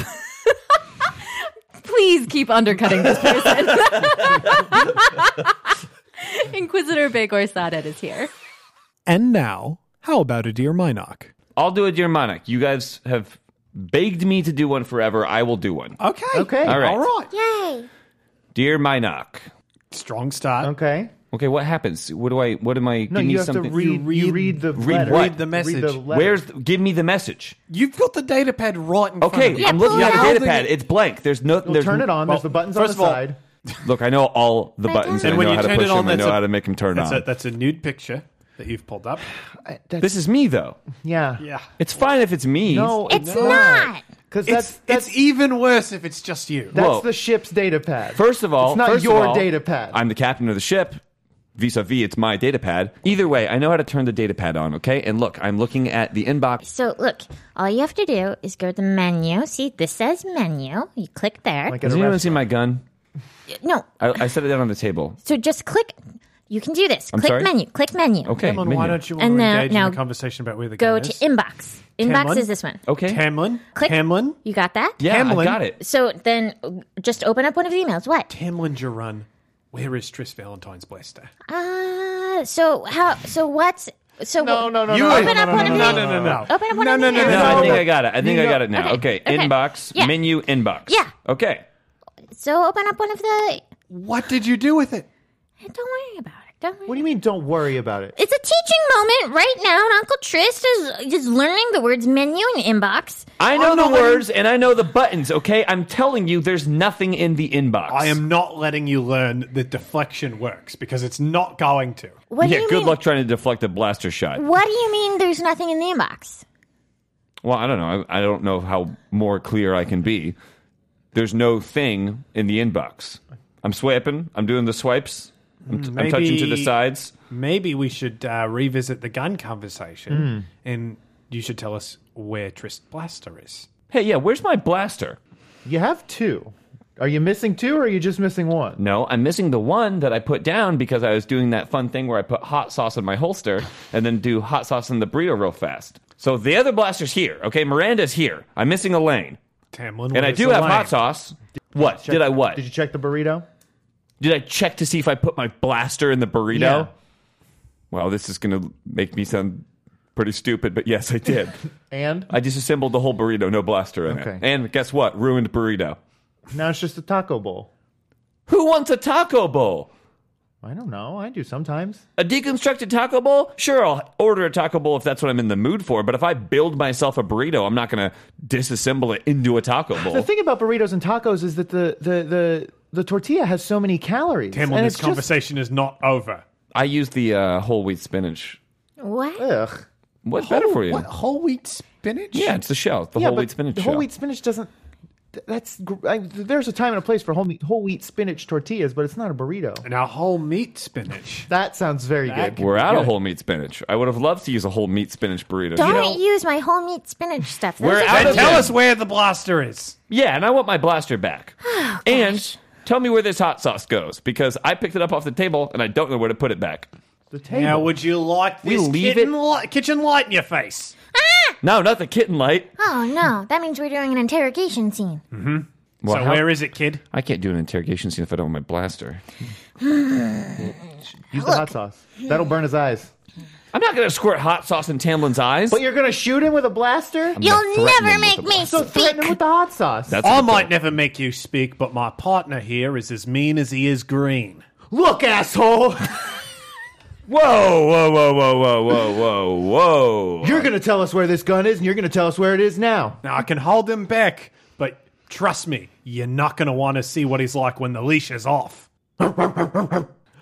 Please keep undercutting this person. Inquisitor Begor Sadat is here.
And now, how about a dear Minoc?
I'll do a dear monarch. You guys have begged me to do one forever. I will do one.
Okay.
Okay.
All right.
All right.
Dear Minoc.
Strong start.
Okay.
Okay, what happens? What do I? What am I?
No,
give me
you have
something.
to read, you read.
read-
the
read
letter.
what? Read
Read
the
the
message.
letter.
Where's? Give me the message.
You've got the data pad right in
Okay, I'm looking at a data pad. It's blank. There's no.
Well,
there's
turn it on.
well,
there's the buttons on the
first of all-
side.
Look, I know all the buttons.
And
I
when
know
you
how to
turn
push
it on,
them. I
that's
know
a-
how to make them turn
That's
on.
a, that's a nude picture that you've pulled up.
That's,
This is me though.
yeah.
Yeah.
It's fine if it's me.
No, it's not. Because that's that's
it's even worse if it's just you.
that's
Whoa.
the ship's data pad.
First of all,
it's not
first of
your
all,
data pad.
I'm the captain of the ship. vis-a-vis it's my data pad. Either way, I know how to turn the data pad on, okay? And look, I'm looking at the inbox.
So look, all you have to do is go to the menu. See, this says menu. You click there.
Like at
Has
a
anyone
restaurant.
seen my gun?
no,
I, I set it down on the table.
so just click. You can do this.
I'm
click
sorry?
menu. Click menu.
Okay.
Tamlin,
menu.
why don't you want
And
to
now-
engage
now
in a conversation about where the
Go
gun
to
is?
inbox. Inbox
Tamlin?
is this one.
Okay.
Tamlin.
Click.
Tamlin.
You got that?
Oh, yeah, I
Tamlin.
got it.
So then, just open up one of the emails. What?
Tamlin Jerun. Where is Tris Valentine's blaster?
Uh, so how? So what's? So
No,
what-
no, no,
You
no.
would-
Open up
no,
one
no,
of
no,
the-
no, no, no.
Open up one
No,
of
no,
the
no, no,
No,
emails.
I think I got it. I think I got it now.
Okay,
Okay.
okay.
Inbox,
Yeah.
menu, inbox.
Yeah.
Okay.
So open up one of the.
What did you do with it?
Don't worry about it. Don't worry.
What do you mean? Don't worry about it.
It's a teaching moment right now, and Uncle Trist is is learning the words menu and inbox.
I know the words and I know the buttons, okay? I'm telling you, there's nothing in the inbox.
I am not letting you learn that deflection works because it's not going to.
What do
yeah,
you
good
mean?
luck trying to deflect a blaster shot.
What do you mean? There's nothing in the inbox.
Well, I don't know. I, I don't know how more clear I can be. There's no thing in the inbox. I'm swiping. I'm doing the swipes. I'm, t- I'm touching to the
maybe-
sides.
Maybe we should uh, revisit the gun
Hmm.
conversation, and you should tell us where Trist Blaster is.
Hey, yeah, where's my blaster?
You have two. Are you missing two or are you just missing one?
No, I'm missing the one that I put down because I was doing that fun thing where I put hot sauce in my holster and then do hot sauce in the burrito real fast. So the other blaster's here. Okay, Miranda's here. I'm missing a lane.
Tamlin,
And I do have hot sauce. What? Did I what?
Did you check the burrito?
Did I check to see if I put my blaster in the burrito?
Yeah.
Wow, this is going to make me sound pretty stupid, but yes, I did.
And
I disassembled the whole burrito, no blaster in
Okay.
it. And guess what? Ruined burrito.
now it's just a taco bowl.
Who wants a taco bowl?
I don't know. I do sometimes.
A deconstructed taco bowl? Sure, I'll order a taco bowl if that's what I'm in the mood for, but if I build myself a burrito, I'm not going to disassemble it into a taco
The
bowl.
thing about burritos and tacos is that the the the, the tortilla has so many calories.
Tamlin,
and
this
it's just-
conversation is not over.
I use the uh, whole wheat spinach.
What?
Ugh.
What's better for you?
whole wheat spinach?
Yeah, it's the shell, the whole
but
wheat spinach
The whole
shell.
wheat spinach doesn't. th- That's gr- I, there's a time and a place for whole wheat, whole wheat spinach tortillas, but it's not a burrito.
Now whole meat spinach.
That sounds very
That
good.
We're out of whole meat spinach. I would have loved to use a whole meat spinach burrito.
Don't use my whole meat spinach stuff. Those
We're
are-
out
Then
of
tell
them.
us where the blaster is.
Yeah, and I want my blaster back. and tell me where this hot sauce goes because I picked it up off the table and I don't know where to put it back.
The table.
Now, would you like
We
this
leave
kitten
it-
li- kitchen light in your face?
No, not the kitten light.
Oh no, that means we're doing an interrogation scene.
Mm, Well,
so
how-
where is it, kid?
I can't do an interrogation scene if I don't have my blaster.
Use the hot sauce. That'll burn his eyes.
I'm not going to squirt hot sauce in Tamlin's eyes.
But you're gonna shoot him with a blaster.
I'm gonna
You'll
threaten him
never
with
make
a
me
blaster.
So
speak.
threaten him with the hot sauce.
That's
I
a good
might
point.
never make you speak, but my partner here is as mean as he is green.
Look, asshole.
Whoa, whoa, whoa, whoa, whoa, whoa, whoa, whoa.
You're gonna tell us where this gun is, and you're gonna tell us where it is now.
Now I can hold him back, but trust me, you're not going to want to see what he's like when the leash is off.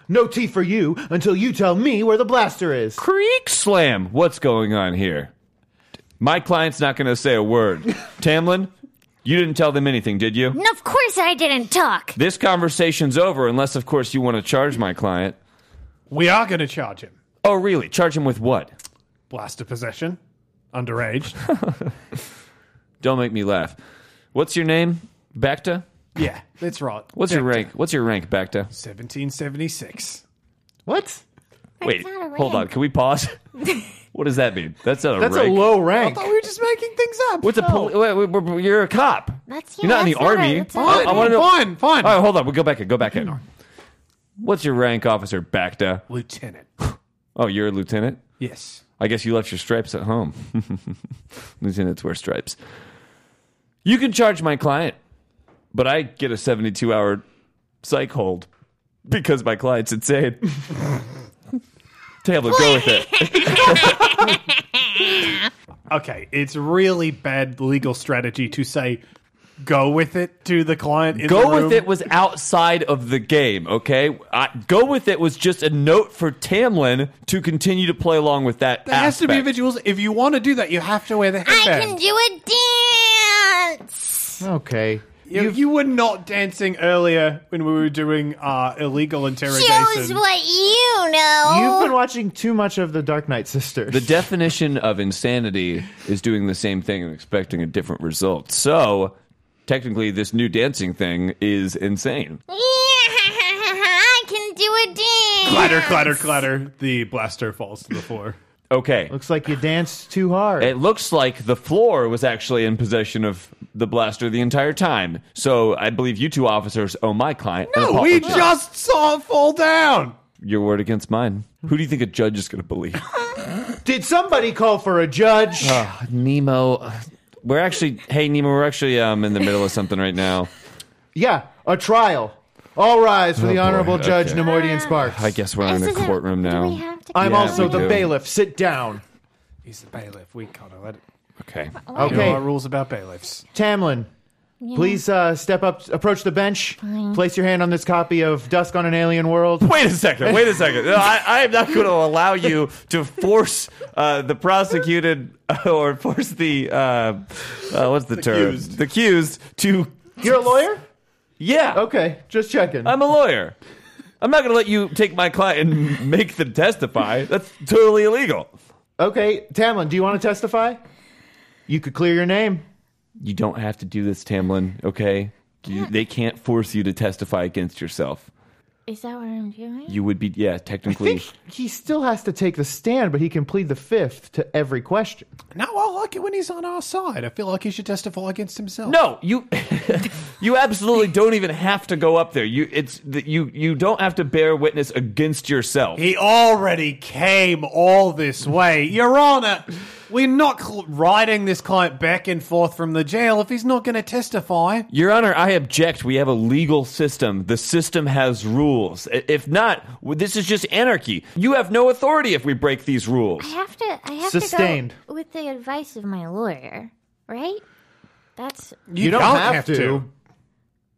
No tea for you until you tell me where the blaster is.
Creek slam. What's going on here? My client's not going to say a word. Tamlin, you didn't tell them anything, did you?
No, of course I didn't talk.
This conversation's over, unless, of course, you want to charge my client.
We are going to charge him.
Oh, really? Charge him with what?
Blaster possession, underage.
Don't make me laugh. What's your name? Bacta?
yeah, that's right.
What's your rank? What's your rank, Bacta?
1776.
What?
Wait,
not a
hold on.
rank.
Can we pause? what does that mean? That's not a
That's
rank.
a low rank.
we were just making things up.
What's a poli- wait, wait, wait, wait, You're a cop.
That's-
you're
yeah,
not in the
that's not a-
army.
that's not a
I want to know.
Oh,
Oh.
Fine, fine.
All right, hold on. We'll go back in. Go back
Hmm.
in. What's your rank, Officer Bacta?
Lieutenant.
Oh, you're a lieutenant?
Yes.
I guess you left your stripes at home. Lieutenants wear stripes. You can charge my client, but I get a 72 hour psych hold because my client's insane. Tablet, go with it.
Okay, it's really bad legal strategy to say go with it to the client. In the
Go
room.
with it was outside of the game, okay? I, go with it was just a note for Tamlin to continue to play along with that.
There has to be
aspect.
visuals. If you want to do that, you have to wear the
I
headband.
can do a dance.
Okay.
You, you were not dancing earlier when we were doing our illegal
Shows
interrogation.
what you know.
You've been watching too much of the Dark Knight Sisters.
The definition of insanity is doing the same thing and expecting a different result. So, technically, this new dancing thing is insane.
Yeah, I can do a dance.
clatter, clatter, clatter. The blaster falls to the floor.
Okay.
Looks like you danced too hard.
It looks like the floor was actually in possession of the blaster the entire time. So, I believe you two officers owe my client. an
No, we
apology.
just saw it fall down.
Your word against mine. Who do you think a judge is going to believe?
Did somebody call for a judge?
Uh, Nemo. We're actually, hey, Nemo, we're actually um, in the middle of something right now.
yeah, a trial. All rise for the
Oh, boy,
honorable Judge
okay.
Nemoidian Sparks.
I guess we're in a
This isn't-
courtroom
do
now.
we have to
I'm
Yeah,
also
we
the
do.
bailiff. Sit down.
He's the bailiff. We can't let it.
Okay.
You know
Okay.
our rules about bailiffs.
Tamlin, please uh, step up, approach the bench. Place your hand on this copy of Dusk on an Alien World.
Wait a second. Wait a second. No, I, I am not going to allow you to force uh, the prosecuted or force the uh, uh, what's the term?
Accused.
The accused to
You're a lawyer?
yeah.
Okay, just checking.
I'm a lawyer. I'm not going to let you take my client and make them testify. That's totally illegal.
okay, Tamlin, do you want to testify? You could clear your name.
You don't have to do this, Tamlin. Okay. You, they can't force you to testify against yourself.
Is that what I'm doing?
You would be yeah,
I
technically.
think he still has to take the stand, but he can plead the fifth to every question.
Now I like it when he's on our side. I feel like he should testify against himself.
No, you you absolutely don't even have to go up there. You it's the- you you don't have to bear witness against yourself.
He already came all this way. Your Honor, we're not cl- riding this client back and forth from the jail if he's not going to testify.
Your Honor, I object. We have a legal system. The system has rules. I- If not, w- this is just anarchy. You have no authority if we break these rules.
I have to. I have
Sustained.
to go with the advice of my lawyer, right? That's
You,
don't have to.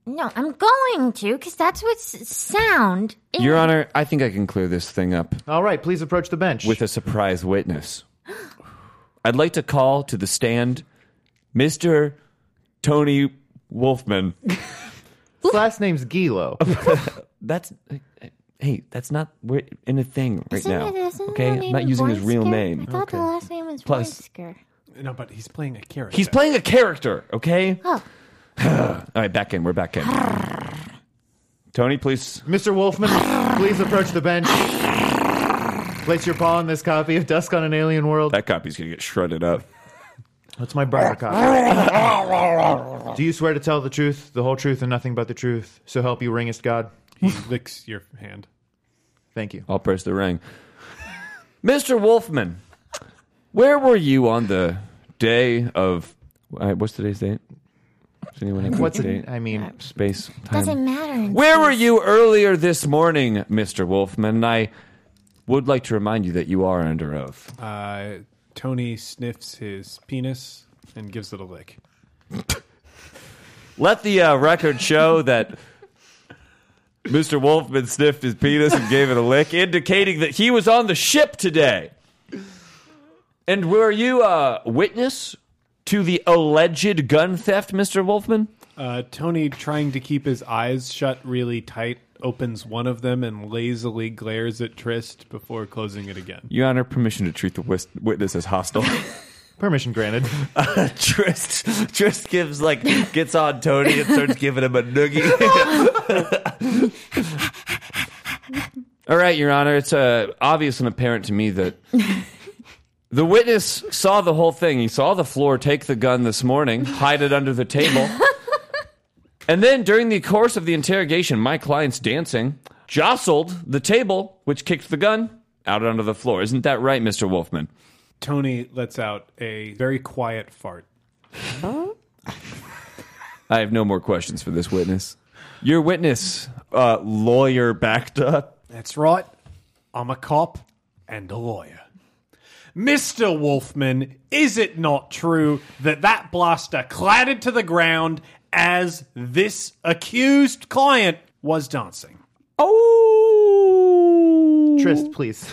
no. I'm going to because that's what's sound. is.
Your Honor, I think I can clear this thing up
All right, please approach the bench.
with a surprise witness. I'd like to call to the stand Mr. Tony Wolfman.
His last name's Gilo.
that's eh, hey, that's not we're in a thing right
Isn't
now.
it- isn't her
okay, I'm not
name
using his real
Vorsker?
name.
I thought the last name was
Plus-
Vorsker.
No, but he's playing a character.
He's playing a character. Okay.
Oh.
All right, back in. We're back in. Tony, please.
Mr. Wolfman, please approach the bench. Place your paw on this copy of Dusk on an Alien World.
That copy's gonna get shredded up.
That's my brother copy. Do you swear to tell the truth, the whole truth, and nothing but the truth? So help you, ringest God.
He licks your hand.
Thank you.
I'll press the ring. Mr. Wolfman, where were you on the day of? Uh, what's today's date? Does anyone have
What's
a date?
it? I mean,
Space. Time.
Doesn't matter.
Where were you earlier this morning, Mr. Wolfman? I would like to remind you that you are under oath.
Uh, Tony sniffs his penis and gives it a lick.
Let the uh, record show that Mr. Wolfman sniffed his penis and gave it a lick, indicating that he was on the ship today. And were you a witness to the alleged gun theft, Mr. Wolfman?
Uh, Tony, trying to keep his eyes shut really tight, opens one of them and lazily glares at Trist before closing it again.
Your Honor, permission to treat the wis- witness as hostile.
permission granted.
Trist, Trist gives like gets on Tony and starts giving him a noogie. All right, Your Honor, it's uh, obvious and apparent to me that the witness saw the whole thing. He saw the floor take the gun this morning, hide it under the table, and then during the course of the interrogation, my client's dancing jostled the table, which kicked the gun out onto the floor. Isn't that right, Mister Wolfman?
Tony lets out a very quiet fart.
I have no more questions for this witness. Your witness, uh, lawyer backed up.
That's right. I'm a cop and a lawyer. Mr. Wolfman, is it not true that that blaster clattered to the ground as this accused client was dancing?
Trist, please.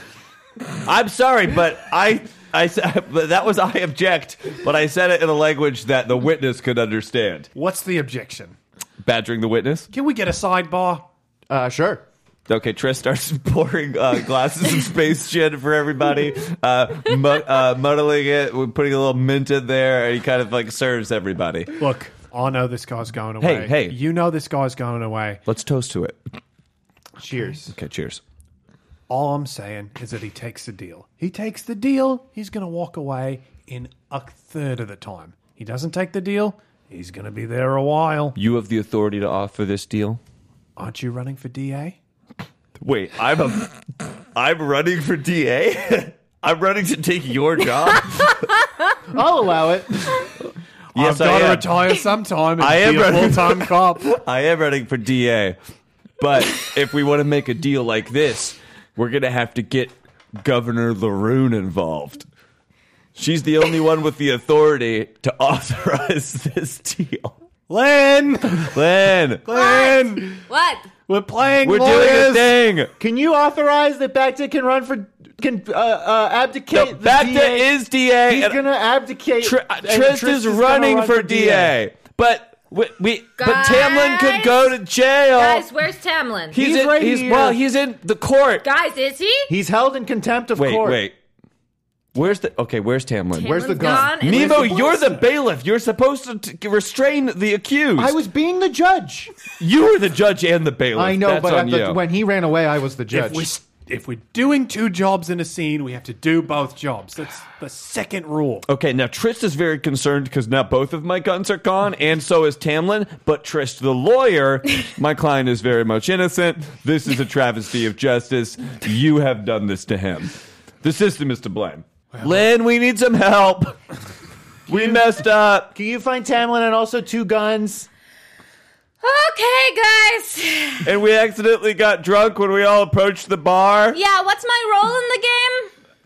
I'm sorry, but I, I said but that was I object, but I said it in a language that the witness could understand.
What's the objection?
badgering the witness.
Can we get a sidebar?
Uh, sure.
Okay, Triss starts pouring uh, glasses of space gin for everybody, uh, mu- uh, muddling it, we're putting a little mint in there, and he kind of like serves everybody.
Look, I know this guy's going away.
Hey, hey.
You know this guy's going away.
Let's toast to it.
Cheers.
Okay, cheers.
All I'm saying is that he takes the deal. He takes the deal, he's going to walk away in a third of the time. He doesn't take the deal, he's going to be there a while.
You have the authority to offer this deal.
Aren't you running for DA?
Wait, I'm a, I'm running for DA. I'm running to take your job.
I'll allow it.
I've got
yes,
to
I am.
retire sometime and
I am
be a
running-
full-time cop.
I am running for DA. But if we want to make a deal like this, we're going to have to get Governor LaRune involved. She's the only one with the authority to authorize this deal.
Lynn!
Lynn,
Lynn!
What?
We're playing
we're doing a
lawyers!
thing.
Can you authorize that Bacta can run for can uh, uh, abdicate? the
Bacta
DA?
is DA.
He's
and
gonna abdicate.
uh,
Tr-
and
Trist,
Trist
is,
gonna
running
run
for DA, but we, we but
Guys?
Tamlin could go to jail.
Guys, where's Tamlin?
he's
He's
in,
right
he's,
here.
Well, he's in the court.
Guys, is he?
He's held in contempt of
wait,
court.
wait. Where's the okay? Where's Tamlin?
Where's the
Tamlin's
gun?
gone, and
Nemo,
where's
you're the
police?
bailiff. You're supposed to t- restrain the accused.
I was being the judge.
you were the judge and the bailiff.
I know,
That's
but
on
at the,
you.
when he ran away, I was the judge.
If we're, if we're doing two jobs in a scene, we have to do both jobs. That's the second rule.
Okay, now Trist is very concerned because now both of my guns are gone, and so is Tamlin. But Trist, the lawyer, my client is very much innocent. This is a travesty of justice. You have done this to him. The system is to blame. Lynn, we need some help. We messed up.
Can you find Tamlin and also two guns?
Okay, guys.
And we accidentally got drunk when we all approached the bar.
Yeah, what's my role in the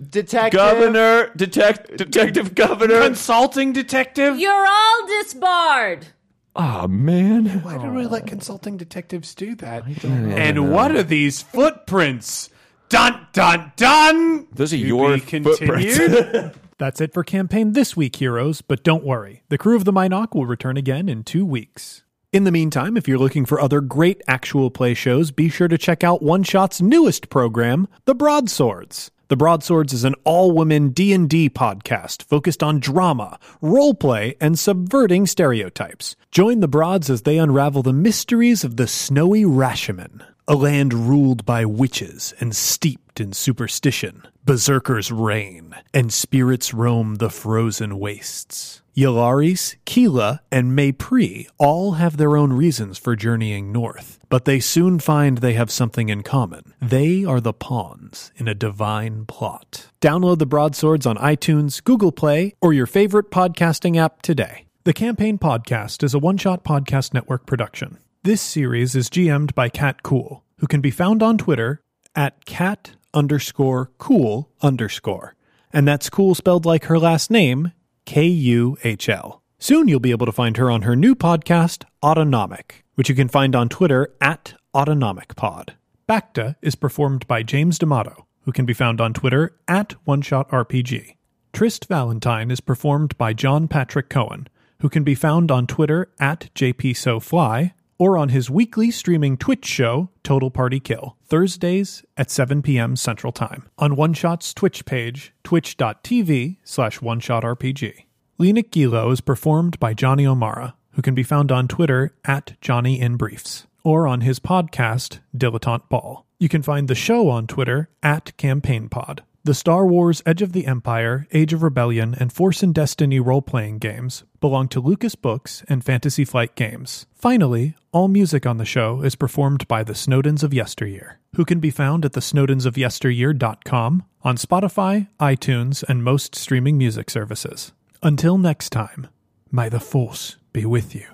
game?
Detective.
Governor, detect, detective governor.
Consulting detective?
You're all disbarred.
Oh, man.
Why do we let consulting detectives do that? And what are these footprints? Dun dun dun!
Those are your footprints.
That's it for campaign this week, heroes, but don't worry. The crew of the Minoc will return again in two weeks. In the meantime, if you're looking for other great actual play shows, be sure to check out One Shot's newest program, The Broadswords. The Broadswords is an all-women D&D podcast focused on drama, roleplay, and subverting stereotypes. Join the Broads as they unravel the mysteries of the snowy Rashomon, a land ruled by witches and steeped in superstition. Berserkers reign, and spirits roam the frozen wastes. Yalaris, Keela, and Maypri all have their own reasons for journeying north, but they soon find they have something in common. They are the pawns in a divine plot. Download the broadswords on iTunes, Google Play, or your favorite podcasting app today. The Campaign Podcast is a one shot podcast network production. This series is GM'd by Cat Cool, who can be found on Twitter at cat underscore cool underscore. And that's cool spelled like her last name, K U H L. Soon you'll be able to find her on her new podcast, Autonomic, which you can find on Twitter at Autonomic Pod. Bacta is performed by James D'Amato, who can be found on Twitter at One Shot RPG. Trist Valentine is performed by John Patrick Cohen, who can be found on Twitter at JPSoFly or on his weekly streaming Twitch show, Total Party Kill, Thursdays at 7 p.m. Central Time, on One Shot's Twitch page, twitch.tv slash oneshotrpg. Lena Gilo is performed by Johnny O'Mara, who can be found on Twitter at Johnny in Briefs or on his podcast, Dilettante Ball. You can find the show on Twitter at CampaignPod. The Star Wars Edge of the Empire, Age of Rebellion, and Force and Destiny role playing games belong to Lucas Books and Fantasy Flight Games. Finally, all music on the show is performed by the Snowdens of Yesteryear, who can be found at thesnowdensofyesteryear.com, on Spotify, iTunes, and most streaming music services. Until next time, may the Force be with you,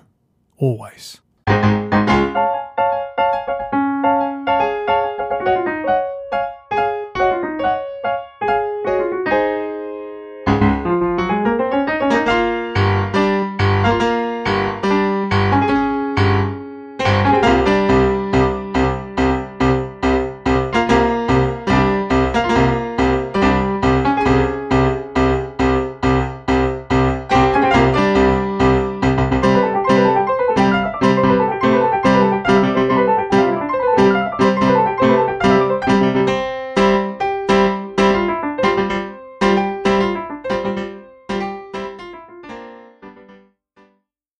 always.